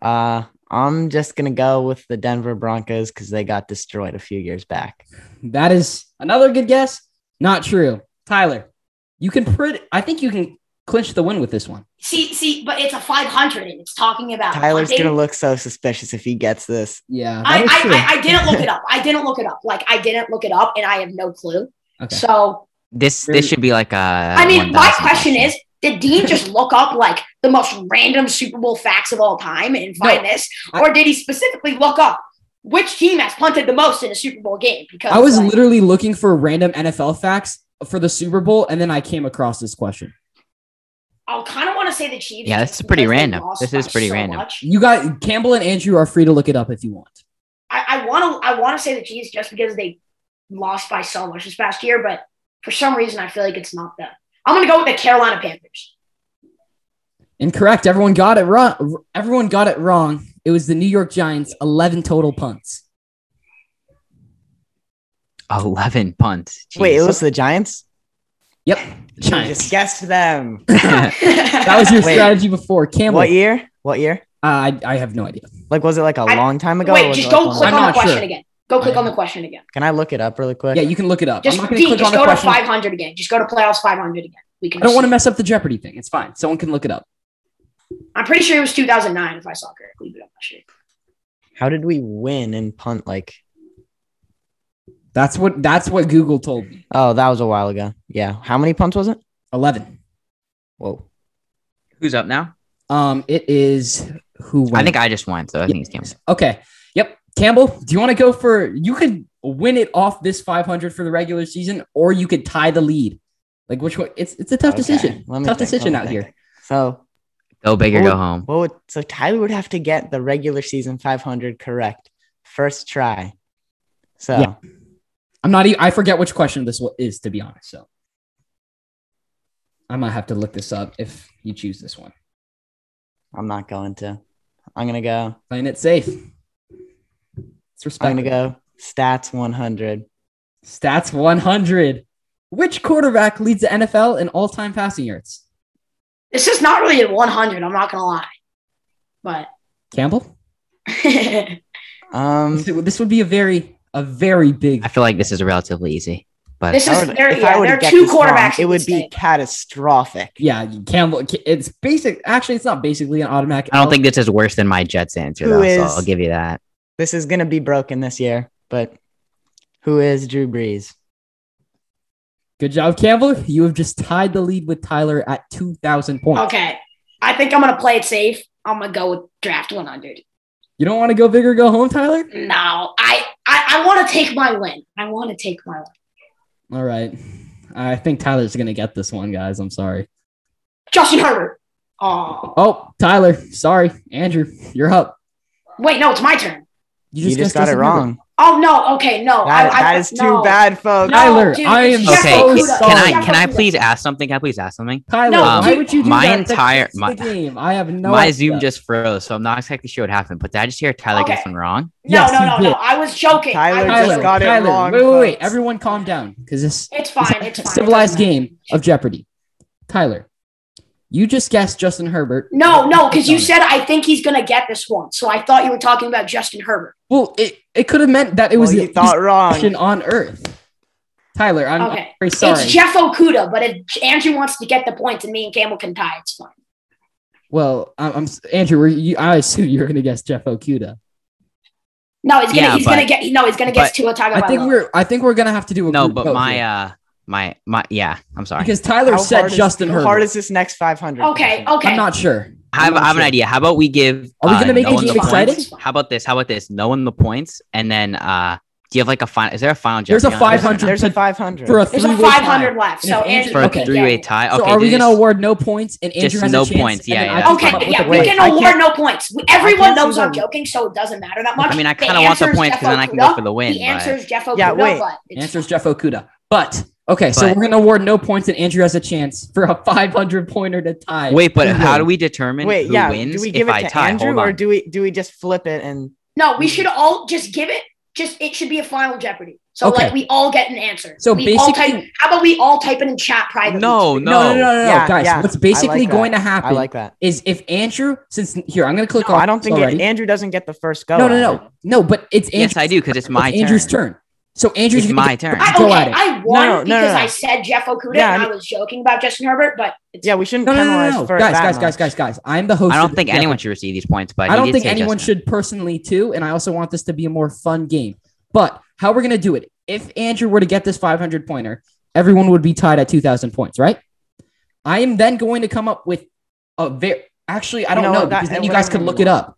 S4: Uh, I'm just gonna go with the Denver Broncos because they got destroyed a few years back.
S1: That is another good guess. Not true. Tyler, you can pretty. I think you can clinch the win with this one.
S2: See, see, but it's a five hundred, and it's talking about.
S4: Tyler's
S2: I
S4: gonna
S2: didn't-
S4: look so suspicious if he gets this.
S1: Yeah.
S2: I,
S1: that is true.
S2: I, I, I didn't look it up. I didn't look it up. Like I didn't look it up, and I have no clue.
S1: okay.
S2: So
S3: This
S1: Really?
S3: this should be like a.
S2: I mean, my
S3: 1,000
S2: question is, Did Dean just look up like the most random Super Bowl facts of all time and find this,
S1: I-
S2: or did he specifically look up which team has punted the most in a Super Bowl game? Because
S1: I was
S2: like,
S1: literally looking for random NFL facts for the Super Bowl, and then I came across this question.
S2: I kind of want to say the Chiefs.
S3: Yeah,
S2: just
S3: this is pretty
S2: because they
S3: random.
S2: lost
S3: This is
S2: by
S3: pretty random.
S2: much.
S1: You got Campbell and Andrew are free to look it up if you want.
S2: I want to I want to say the Chiefs just because they lost by so much this past year, but for some reason I feel like it's not them. I'm gonna go with the Carolina Panthers.
S1: Incorrect. Everyone got it wrong. Everyone got it wrong. It was the New York Giants, eleven total punts.
S3: 11 punts.
S4: Wait, it
S3: Jeez.
S4: was the Giants?
S1: Yep,
S4: You
S1: Giants.
S4: just guessed them.
S1: That was your
S4: Wait.
S1: strategy before Campbell.
S4: What year? What year?
S1: Uh, I, I have no idea.
S4: Like, was it like a
S2: I-
S4: long time ago? or
S2: Wait,
S4: was
S2: just
S4: it like
S2: go
S4: one-
S2: click
S1: I'm
S2: on the
S1: not
S2: question
S1: sure.
S2: again. Go click on the question again.
S4: Can I look it up really quick?
S1: Yeah, you can look it up.
S2: Just
S1: I'm not gonna
S2: Dean,
S1: click on
S2: just go
S1: the
S2: to
S1: question.
S2: 500 again. Just go to playoffs 500 again. We can.
S1: I don't want to
S2: see.
S1: mess up the Jeopardy thing. It's fine. Someone can look it up.
S2: I'm pretty sure it was 2009 if I saw correctly, but I'm not sure.
S4: How did we win and punt? Like,
S1: That's what that's what Google told me.
S4: oh, that was a while ago. Yeah. How many punts was it?
S1: Eleven.
S4: Whoa.
S3: Who's up now?
S1: Um, it is who? Went.
S3: I think I just won, so I think it's Campbell.
S1: Okay. Yep. Campbell, do you want to go for? You could win it off this 500 for the regular season, or you could tie the lead. Like which one? It's it's a tough
S4: Okay,
S1: decision.
S4: let
S1: Tough
S4: me think, let
S1: decision
S4: me
S1: out
S4: think.
S1: here.
S4: So,
S3: Go big or
S4: Oh.
S3: go home.
S4: what would, so Tyler would have to get the regular season 500 correct first try. So,
S1: Yeah. I'm not. e- I forget which question this wa- is to be honest. So I might have to look this up if you choose this one.
S4: I'm not going to. I'm going to go.
S1: Playing it safe. It's
S4: I'm
S1: respect.
S4: going to go stats 100.
S1: Stats 100. Which quarterback leads the NFL in all-time passing yards?
S2: This is not really at 100. I'm not gonna lie, but
S1: Campbell.
S4: Um,
S1: This, this would be a very a very big.
S3: I feel like this is relatively easy, but
S2: This
S4: I
S2: is-
S4: would-
S2: there-
S4: if
S2: yeah,
S4: I were
S2: there
S4: to
S2: are
S4: get
S2: two
S4: this wrong,
S2: quarterbacks
S4: it
S2: in
S4: would
S2: this
S4: be
S2: state.
S4: catastrophic.
S1: Yeah, you- Campbell. It's basic. Actually, it's not basically an automatic.
S3: I don't think this is worse than my Jets answer,
S4: Who
S3: though, so
S4: is-
S3: I'll give you that.
S4: This is going to be broken this year, but who is Drew Brees?
S1: Good job, Campbell. You have just tied the lead with Tyler at two thousand points.
S2: okay, I think I'm gonna play it safe. I'm gonna go with draft 100.
S4: Oh.
S1: You don't want to go big or go home, Tyler.
S2: No, I I, I want to take my win. I want to take my win.
S1: All right. I think Tyler's gonna get this one, guys. I'm sorry.
S2: Justin Herbert. Oh
S1: Oh, Tyler. Sorry, Andrew. You're up.
S2: wait, no, it's my turn.
S4: You just,
S1: guessed
S4: got it
S1: Justin
S4: wrong.
S1: Herbert.
S2: Oh no, okay, no.
S4: That,
S2: I, I,
S4: that is too
S2: no.
S4: bad, folks.
S2: No,
S1: Tyler,
S2: dude,
S1: I am
S2: it's
S1: Yes,
S3: Okay,
S1: so
S2: Jeff
S3: can,
S2: Okuda.
S1: sorry.
S3: can I
S2: Jeff
S3: can I
S2: Okuda.
S3: please ask something? Can I please ask something?
S1: Tyler,
S2: No,
S1: why
S2: dude,
S1: would you do
S3: my
S1: that? That
S3: entire-
S1: fixes
S3: my-
S1: the game. I have no.
S3: my
S1: idea.
S3: Zoom just froze, so I'm not exactly sure what happened. But did I just hear Tyler
S2: Okay.
S3: get something wrong?
S2: No,
S1: Yes,
S2: no,
S1: he
S2: no,
S1: did.
S2: no. I was joking.
S4: Tyler
S2: I was
S1: Tyler,
S4: just got it
S1: Tyler,
S4: wrong,
S1: Wait, wait, wait.
S4: folks.
S1: Everyone, calm down, because this
S2: It's fine. It's fine.
S1: civilized
S2: It doesn't
S1: game of Jeopardy. Tyler, you just guessed Justin Herbert.
S2: matter. No, no, because you said I think he's gonna get this one, so I thought you were talking about Justin Herbert.
S1: Well, it, it could have meant that it was
S4: well,
S1: the
S4: you thought
S1: question
S4: wrong.
S1: on Earth. Tyler, I'm I'm
S2: Okay.
S1: very sorry.
S2: It's Jeff Okuda, but if Andrew wants to get the points and me and Campbell can tie, it's fine.
S1: well, I'm, I'm Andrew. Were you, I assume you're going to guess Jeff Okuda.
S2: No, he's gonna
S3: Yeah,
S2: he's
S3: but-
S2: gonna get no, he's gonna get Tua Tagovailoa.
S1: I think we're I think we're going to have to do a
S3: No,
S1: group
S3: but
S1: vote
S3: my
S1: here.
S3: uh my my yeah, I'm sorry.
S1: because Tyler
S4: How
S1: said
S4: hard is-
S1: Justin
S4: how
S1: Herbert.
S4: hard is this next 500?
S2: okay, okay.
S1: I'm not sure.
S3: I have,
S1: I'm not
S3: I have an
S1: sure.
S3: idea. How about we give?
S1: Are we
S3: uh,
S1: gonna make
S3: no
S1: it
S3: one
S1: It's
S2: It's
S3: the
S1: even
S2: fine,
S3: points?
S1: exciting?
S2: it's fine.
S3: How about this? How about this? No one the points, and then uh, do you have like a final? Is there a final?
S1: There's a
S3: Jeopardy on this or
S1: 500
S3: not?
S4: There's a 500.
S1: For a
S2: There's a
S1: three-way
S2: 500
S1: tie.
S2: left,
S1: And
S2: so
S1: if Andrew-
S2: Andrew,
S3: for
S1: Okay.
S3: a three-way
S2: tie.
S3: tie.
S1: So
S3: okay,
S1: are we
S3: do
S1: going to
S3: this-
S1: award no points and Andrew
S3: Just
S1: has
S3: no
S1: a chance?
S3: points,
S1: and
S3: yeah,
S1: then I
S3: yeah.
S1: can
S2: Okay,
S1: come up with
S2: yeah,
S1: a
S2: we
S1: winner?
S4: wait,
S2: can
S4: I
S2: award
S4: can't-
S2: no points.
S4: I
S2: Everyone
S4: can't
S2: knows
S4: see
S2: I'm
S4: them.
S2: joking, so it doesn't matter that much.
S3: I mean, I
S2: The
S3: kind of want the
S2: answer is
S3: points
S2: Jeff
S3: because then I can go
S2: Okuda.
S3: for the win.
S2: The answer
S3: but-
S2: is Jeff Okuda,
S4: Yeah, wait.
S2: but it's
S1: Answer is Jeff Okuda. But okay, so
S3: But-
S1: we're going to award no points and Andrew has a chance for a 500 pointer to tie.
S3: Wait, but
S1: Who
S3: how
S1: wins?
S3: do we determine
S4: Wait,
S3: who
S4: yeah.
S3: wins
S4: Do we give
S3: if
S4: it
S3: I
S4: to
S3: tie?
S4: Andrew
S3: Hold
S4: or
S3: on.
S4: do we do we just flip it and
S2: No, we should all just give it. Just it should be a final Jeopardy. So
S1: Okay.
S2: like we all get an answer.
S1: So
S2: we all
S1: basically-
S2: type, how about we all type it in chat privately?
S3: No,
S1: No,
S3: no,
S1: no, no, no, no,
S4: Yeah,
S1: guys.
S4: yeah.
S1: What's
S4: I
S1: basically
S4: like that.
S1: going to happen
S4: I like that.
S1: is if Andrew, since here, I'm going to click
S4: No,
S1: on.
S4: I don't think it,
S1: already.
S4: Andrew doesn't get the first go.
S1: no,
S4: at
S1: no,
S4: it.
S1: no, no. But it's Andrew,
S3: Yes, I do because it's my
S1: it's Andrew's
S3: turn.
S1: turn. So Andrew's
S3: It's
S1: gonna
S3: my turn.
S2: I,
S1: Go at
S2: okay,
S1: it.
S2: I won
S4: No, no, no,
S2: because
S4: no.
S2: I said Jeff Okuda
S4: Yeah,
S2: and
S4: I
S2: I was joking about Justin Herbert, but it's,
S4: Yeah, we shouldn't
S1: No, no, no,
S4: penalize
S1: no, no.
S4: for
S1: guys,
S4: that
S1: guys,
S4: much.
S1: guys, guys, guys. I'm the host.
S3: I
S1: of
S3: don't
S1: this
S3: think
S1: Jeopardy.
S3: anyone should receive these points, but
S1: I
S3: he
S1: don't
S3: did
S1: think
S3: say
S1: anyone
S3: Justin.
S1: should personally too, and I also want this to be a more fun game. But how we're gonna do it? If Andrew were to get this 500 pointer, everyone would be tied at 2,000 points, right? I am then going to come up with a very. Actually, I
S4: You
S1: don't
S4: know
S1: know,
S4: what, that-
S1: because then you
S4: whatever
S1: guys could
S4: number
S1: look
S4: you
S1: it up.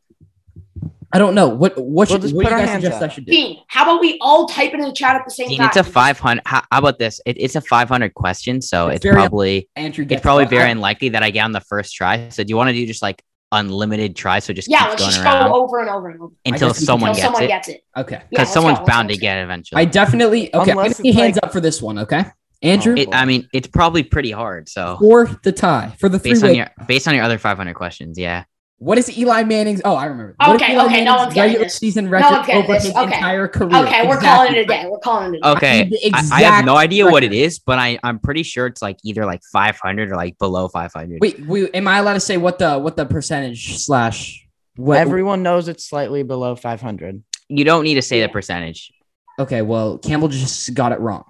S1: I don't know what what
S4: We'll
S1: should
S4: just
S1: what do
S4: put
S1: you
S4: our
S1: guys
S4: hands
S1: suggest
S4: up.
S1: I should do.
S2: Dean, how about we all type it in the chat at the same
S3: Dean,
S2: time?
S3: it's a 500. How, how about this? It, it's a 500 question, so
S1: It's
S3: it's,
S1: very-
S3: probably
S1: Andrew,
S3: it's
S1: gets
S3: probably
S1: it.
S3: very
S1: I-
S3: unlikely that I get on the first try. So do you want to do just like unlimited tries? So it just
S2: yeah, let's
S3: keeps going
S2: just
S3: around
S2: go over and over and over
S3: until
S1: guess we can
S3: someone
S2: until
S3: gets
S2: someone
S3: it,
S2: gets it.
S1: okay.
S2: Yeah,
S3: because
S2: let's
S3: someone's
S2: go, let's go,
S3: bound to
S2: let's
S3: get it eventually.
S1: I definitely okay.
S4: Unless
S1: I'm gonna see
S4: it's
S1: hands
S4: like-
S1: up for this one. Okay, Andrew
S3: It- I mean, it's probably pretty hard. So
S1: for the tie for the three
S3: based on
S1: way.
S3: your based on your other 500 questions, yeah.
S1: What is Eli Manning's? Oh, I remember. What is
S2: Okay,
S1: Eli
S2: okay, no
S1: Manning's
S2: one's getting
S1: regular
S2: this.
S1: season
S2: one's
S1: record
S2: getting
S1: over
S2: this.
S1: his
S2: Okay.
S1: entire career.
S2: Okay, we're calling it a
S1: Exactly.
S2: day. We're calling it a day.
S3: Okay,
S1: the
S3: I, I have
S1: exact
S3: no idea what it
S1: record.
S3: is, but I I'm pretty sure it's like either like 500 or like below 500.
S1: Wait, we, am I allowed to say what the what the percentage slash what?
S4: Everyone knows it's slightly below 500.
S3: You don't need to say
S2: Yeah.
S3: the percentage.
S1: okay, well Campbell just got it wrong.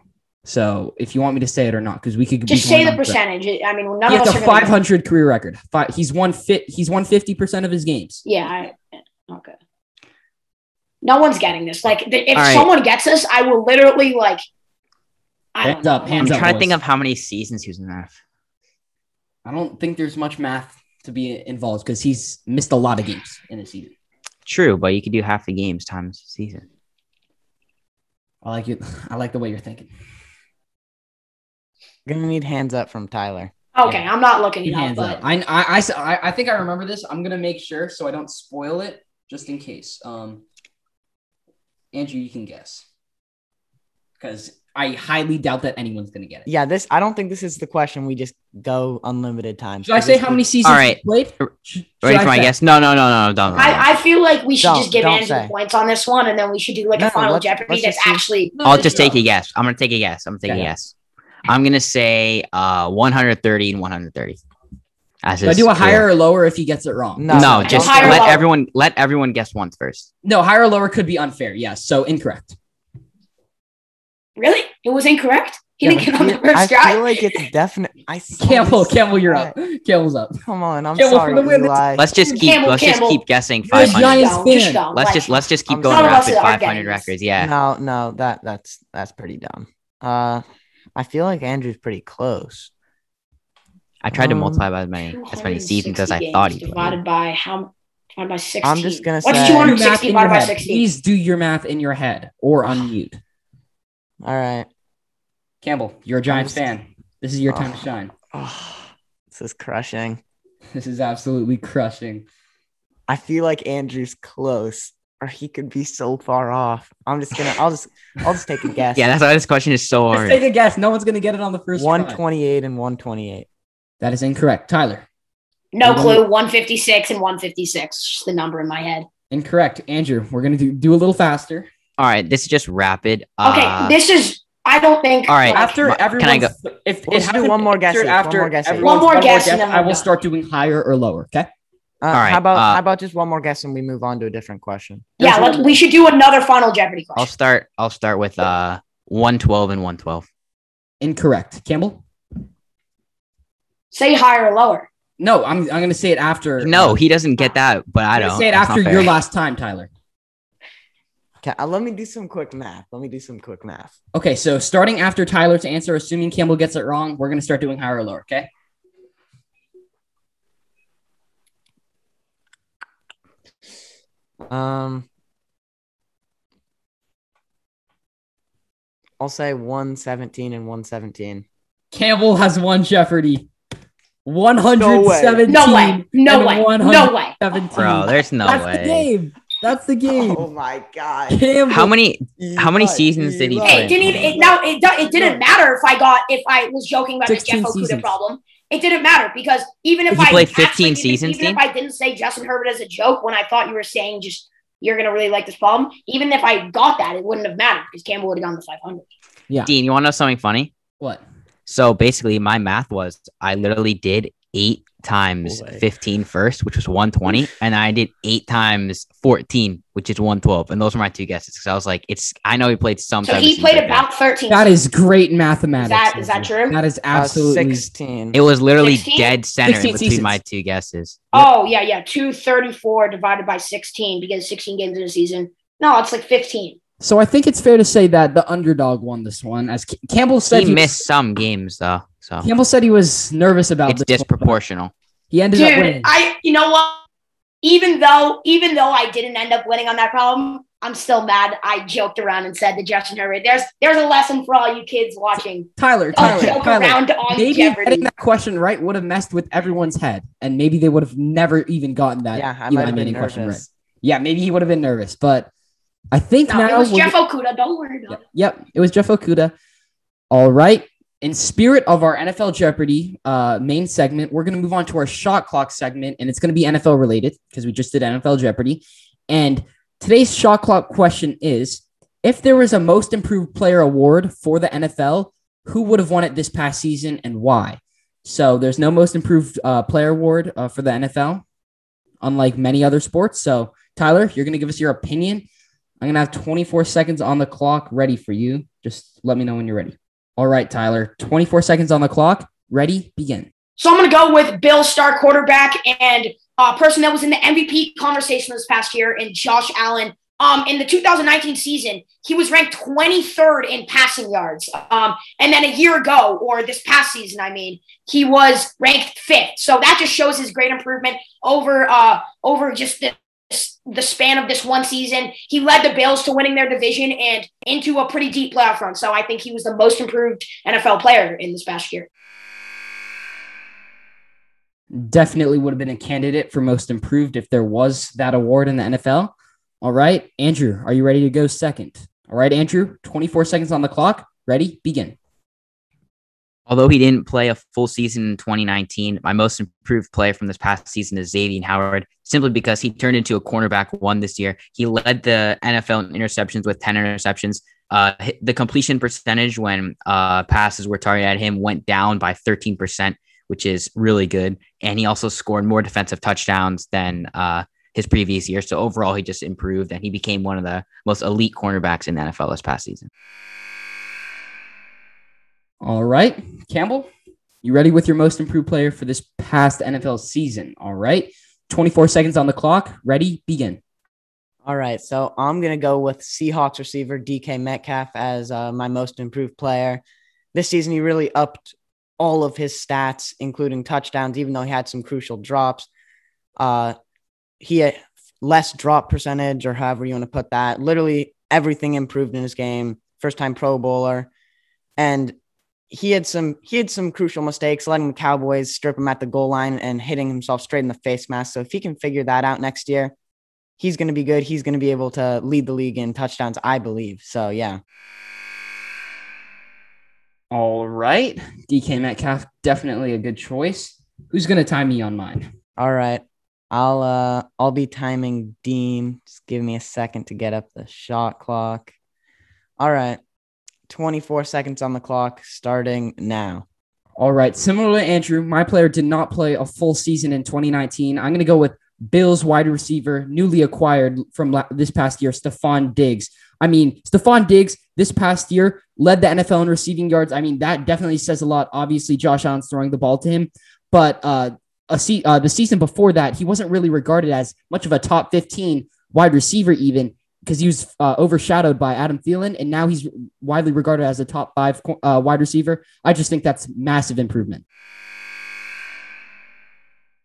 S1: So if you want me to say it or not, because we could be
S2: Just
S1: going
S2: say the
S1: on for-
S2: percentage. I mean, none
S1: He
S2: of
S1: has
S2: us are
S1: a
S2: going
S1: 500 career record. Fi he's won fit. He's won 50 percent of his games.
S2: Yeah. I, okay. No one's getting this. Like, th- if
S3: All right.
S2: someone gets this, I will literally like. I don't
S1: Hands up,
S2: know.
S3: I'm
S1: hands up.
S3: trying to
S1: boys.
S3: think of how many seasons he was in that.
S1: I don't think there's much math to be involved because he's missed a lot of games in the season.
S3: True, but you could do half the games times the season.
S1: I like you. I like the way you're thinking.
S4: Gonna need hands up from Tyler.
S2: Okay, I'm not looking it up,
S1: Hands
S2: but
S1: up. I, I- I s- I- I think I remember this. I'm gonna make sure so I don't spoil it, just in case. Um, Andrew, you can guess because I highly doubt that anyone's gonna get it.
S4: Yeah, this I don't think this is the question we just go unlimited time.
S1: Should I say how many seasons
S3: All right.
S1: he played?
S3: Ready
S1: Should
S3: Ready
S1: I
S3: for my
S1: say-
S3: guess? No, no, no, no, don't. don't, don't.
S2: I, I feel like we should
S4: Don't-
S2: just give
S4: don't
S2: Andrew
S4: say.
S2: points on this one, and then we should do like
S4: No,
S2: a final
S4: let's-
S2: Jeopardy
S4: let's
S2: that's
S4: just see.
S2: actually.
S1: No,
S3: I'll
S1: no,
S3: just
S1: no.
S3: take a guess. I'm gonna take a guess. I'm taking
S1: Yeah.
S3: a guess. I'm gonna say uh 130 and 130. As
S1: Should I
S3: his
S1: do a
S3: career.
S1: higher or lower if he gets it wrong?
S4: No.
S3: No,
S4: Don't
S3: just
S2: higher or
S3: let
S2: lower.
S3: everyone let everyone guess once first.
S1: No, higher or lower could be unfair. Yes, so incorrect.
S2: Really? It was incorrect? He
S1: Yeah,
S2: didn't
S1: but
S2: get on the
S4: I
S2: first try?
S4: feel like it's definite. I saw
S1: Campbell,
S4: this-
S1: Campbell, you're up. Campbell's up.
S4: Come on, I'm
S1: Campbell for
S4: sorry,
S1: the win.
S4: Eli.
S3: Let's just keep
S2: Campbell,
S3: let's
S2: Campbell.
S3: just keep guessing
S2: You're a
S3: 500.
S1: Giants
S2: go, just
S1: fan.
S2: go,
S3: Let's
S2: like-
S3: just let's just keep
S4: I'm
S3: going
S4: sorry.
S3: rapid
S2: Some of us are
S3: 500
S2: getting
S3: records.
S2: this.
S3: Yeah.
S4: No, no, that that's that's pretty dumb. Uh, I feel like Andrew's pretty close.
S3: I tried to
S4: Um,
S3: multiply by as many as many seasons as I
S2: 260
S3: thought
S2: games
S3: he played.
S2: divided by how divided by 16.
S4: I'm just gonna
S2: What's
S4: say-
S1: Do your math
S2: 260
S1: in your
S2: divided by
S1: head.
S2: 16?
S1: Please do your math in your head or unmute.
S4: All right.
S1: Campbell, you're a Giants
S4: just-
S1: fan. This is your time to
S4: Oh.
S1: shine.
S4: Oh, this is crushing.
S1: This is absolutely crushing.
S4: I feel like Andrew's close, or he could be so far off. I'm just gonna. I'll just. I'll just take a guess.
S3: Yeah, that's why this question is so
S1: Let's
S3: hard.
S1: take a guess. No one's gonna get it on the first one.
S4: 128 and 128.
S1: That is incorrect. Tyler,
S2: No
S1: Mhm.
S2: clue. 156 and 156. It's Just the number in my head.
S1: incorrect. Andrew, we're gonna do, do a little faster.
S3: All right, this is just rapid.
S2: Okay,
S3: Uh,
S2: this is. I don't think.
S3: All right.
S2: like,
S1: After
S3: my- can I
S1: everyone's, if
S4: Let's
S1: it
S4: do
S1: hasn't
S4: one more
S1: answered
S4: guess each, one
S1: after
S4: more guess each.
S1: everyone's
S2: One more guess and then
S1: I
S2: we're
S1: will
S2: done.
S1: start doing higher or lower. Okay.
S4: Uh,
S3: right,
S4: How about
S3: uh,
S4: how about just one more guess and we move on to a different question?
S2: yeah,
S1: There's
S2: let's,
S1: one-
S2: we should do another Final Jeopardy
S3: I'll
S2: question.
S3: start I'll start with uh 112 and 112.
S1: Incorrect. Campbell.
S2: Say higher or lower.
S1: No, I'm I'm gonna say it after.
S3: No,
S1: uh,
S3: he doesn't get that, but I
S1: I'm gonna
S3: don't.
S1: say it
S3: That's not
S1: after
S3: fair.
S1: your last time, Tyler.
S4: Okay, uh, let me do some quick math. Let me do some quick math.
S1: Okay, so starting after Tyler's answer, assuming Campbell gets it wrong, we're gonna start doing higher or lower. Okay.
S4: Um, I'll say 117 and 117.
S1: Campbell has won Jeopardy. 117.
S2: No way. No
S1: and
S2: way.
S1: 100
S2: No way.
S1: 17.
S3: Bro, there's no
S1: That's the
S3: way.
S1: game. That's the game.
S4: Oh my god!
S1: Campbell.
S3: How many how many
S4: Eli,
S3: seasons did he
S4: Eli.
S3: play?
S2: It didn't even. It, no, it, do- it didn't matter if I got if I was joking about the Jeff
S1: 16
S2: Okuda
S1: seasons.
S2: problem. It didn't matter because even if
S3: Did he
S2: I
S3: play
S2: actually
S3: 15
S2: didn't-
S3: seasons,
S2: even if
S3: Dean?
S2: I didn't say Justin Herbert as a joke when I thought you were saying just you're gonna really like this problem, even if I got that, it wouldn't have mattered because Campbell would have gone to 500.
S3: Dean, you want to know something funny?
S1: What?
S3: So basically, my math was I literally did eight times
S4: Boy.
S3: 15 first, which was 120, and I did eight times 14, which is 112. And those were my two guesses because I was like, it's I know he played some.
S2: So
S3: type of
S2: he
S3: season
S2: played
S3: breaker.
S2: about 13.
S1: That is great mathematics.
S2: Is that- is that
S1: Andrew.
S2: true?
S1: That is
S4: Uh,
S1: absolutely.
S4: 16.
S3: It was literally
S2: 16?
S3: dead center
S1: 16
S3: between
S1: seasons.
S3: my two guesses.
S2: Oh yeah, yeah. Two thirty-four divided by sixteen because sixteen games in a season. No, it's like fifteen.
S1: So I think it's fair to say that the underdog won this one. As C- Campbell said,
S3: He missed some games though, So
S1: Campbell said he was nervous about
S3: it's
S1: this. one, but
S3: disproportional.
S1: He ended up
S2: Dude,
S1: winning.
S2: I you know what? Even though even though I didn't end up winning on that problem, I'm still mad. I joked around and said to Justin Herbert, "There's there's a lesson for all you kids watching.
S1: Tyler,
S2: Don't
S1: Tyler,
S2: joke
S1: Tyler.
S2: around on
S1: Maybe getting
S2: Jeopardy."
S1: that question right would have messed with everyone's head, and maybe they would have never even gotten that.
S4: yeah, I
S1: Eli
S4: might have been
S1: Manning question
S4: nervous.
S1: Yeah, maybe he would have been nervous, but I think
S2: No,
S1: now
S2: it was
S1: we'll
S2: Jeff
S1: get-
S2: Okuda. Don't worry about it.
S1: Yep, it was Jeff Okuda. All right. In spirit of our NFL Jeopardy uh, main segment, we're going to move on to our shot clock segment, and it's going to be NFL related because we just did NFL Jeopardy. And today's shot clock question is if there was a most improved player award for the NFL, who would have won it this past season and why? So there's no most improved uh, player award uh, for the NFL, unlike many other sports. So, Tyler, you're going to give us your opinion I'm gonna have 24 seconds on the clock ready for you. Just let me know when you're ready. All right, Tyler. 24 seconds on the clock. Ready? Begin.
S2: So I'm going to go with Bill, star quarterback, and uh, person that was in the MVP conversation this past year, and Josh Allen. Um, in the 2019 season, he was ranked 23rd in passing yards. Um, and then a year ago, or this past season, I mean, he was ranked fifth. So that just shows his great improvement over uh, over just the the span of this one season. He led the Bills to winning their division and into a pretty deep playoff run. So I think he was the most improved NFL player in this past year.
S1: Definitely would have been a candidate for most improved if there was that award in the NFL. All right, Andrew, are you ready to go second? All right, Andrew, 24 seconds on the clock. Ready? Begin.
S3: Although he didn't play a full season in 2019, my most improved player from this past season is Xavier Howard, simply because he turned into a cornerback one this year. He led the NFL in interceptions with 10 interceptions. Uh, hi- the completion percentage when uh, passes were targeted at him went down by 13%, which is really good. And he also scored more defensive touchdowns than uh, his previous year. So overall, he just improved and he became one of the most elite cornerbacks in the NFL this past season.
S1: All right, Campbell, you ready with your most improved player for this past NFL season? All right, 24 seconds on the clock. Ready? Begin.
S4: All right, so I'm gonna go with Seahawks receiver DK Metcalf as uh, my most improved player. This season, he really upped all of his stats, including touchdowns. Even though he had some crucial drops, uh, he had less drop percentage, or however you want to put that. Literally everything improved in his game. First time Pro Bowler, and he had some he had some crucial mistakes, letting the Cowboys strip him at the goal line and hitting himself straight in the face mask. So if he can figure that out next year he's going to be good. He's going to be able to lead the league in touchdowns, I believe. So, yeah.
S1: All right. DK Metcalf, definitely a good choice. Who's going to time me on mine?
S4: All right. I'll uh I'll be timing Dean. Just give me a second to get up the shot clock. All right. 24 seconds on the clock starting now.
S1: All right. Similar to Andrew, my player did not play a full season in 2019. I'm going to go with Bills wide receiver, newly acquired from la- this past year, Stephon Diggs. I mean, Stephon Diggs this past year led the NFL in receiving yards. I mean, that definitely says a lot. Obviously, Josh Allen's throwing the ball to him, but uh, a se- uh, the season before that, he wasn't really regarded as much of a top 15 wide receiver, even because he was uh, overshadowed by Adam Thielen, and now he's widely regarded as a top five co- uh, wide receiver. I just think that's massive improvement.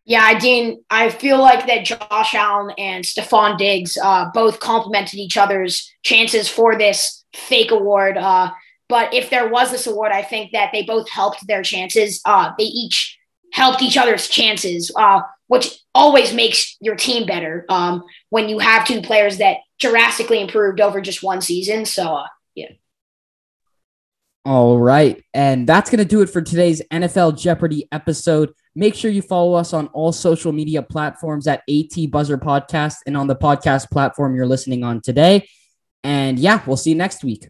S2: Yeah, Dean, I feel like that Josh Allen and Stephon Diggs uh, both complemented each other's chances for this fake award. Uh, but if there was this award, I think that they both helped their chances. Uh, they each helped each other's chances, uh, which always makes your team better um, when you have two players that drastically improved over just one season. So, uh,
S1: All right. And that's going to do it for today's NFL Jeopardy episode. Make sure you follow us on all social media platforms at AT Buzzer Podcast and on the podcast platform you're listening on today. And yeah, we'll see you next week.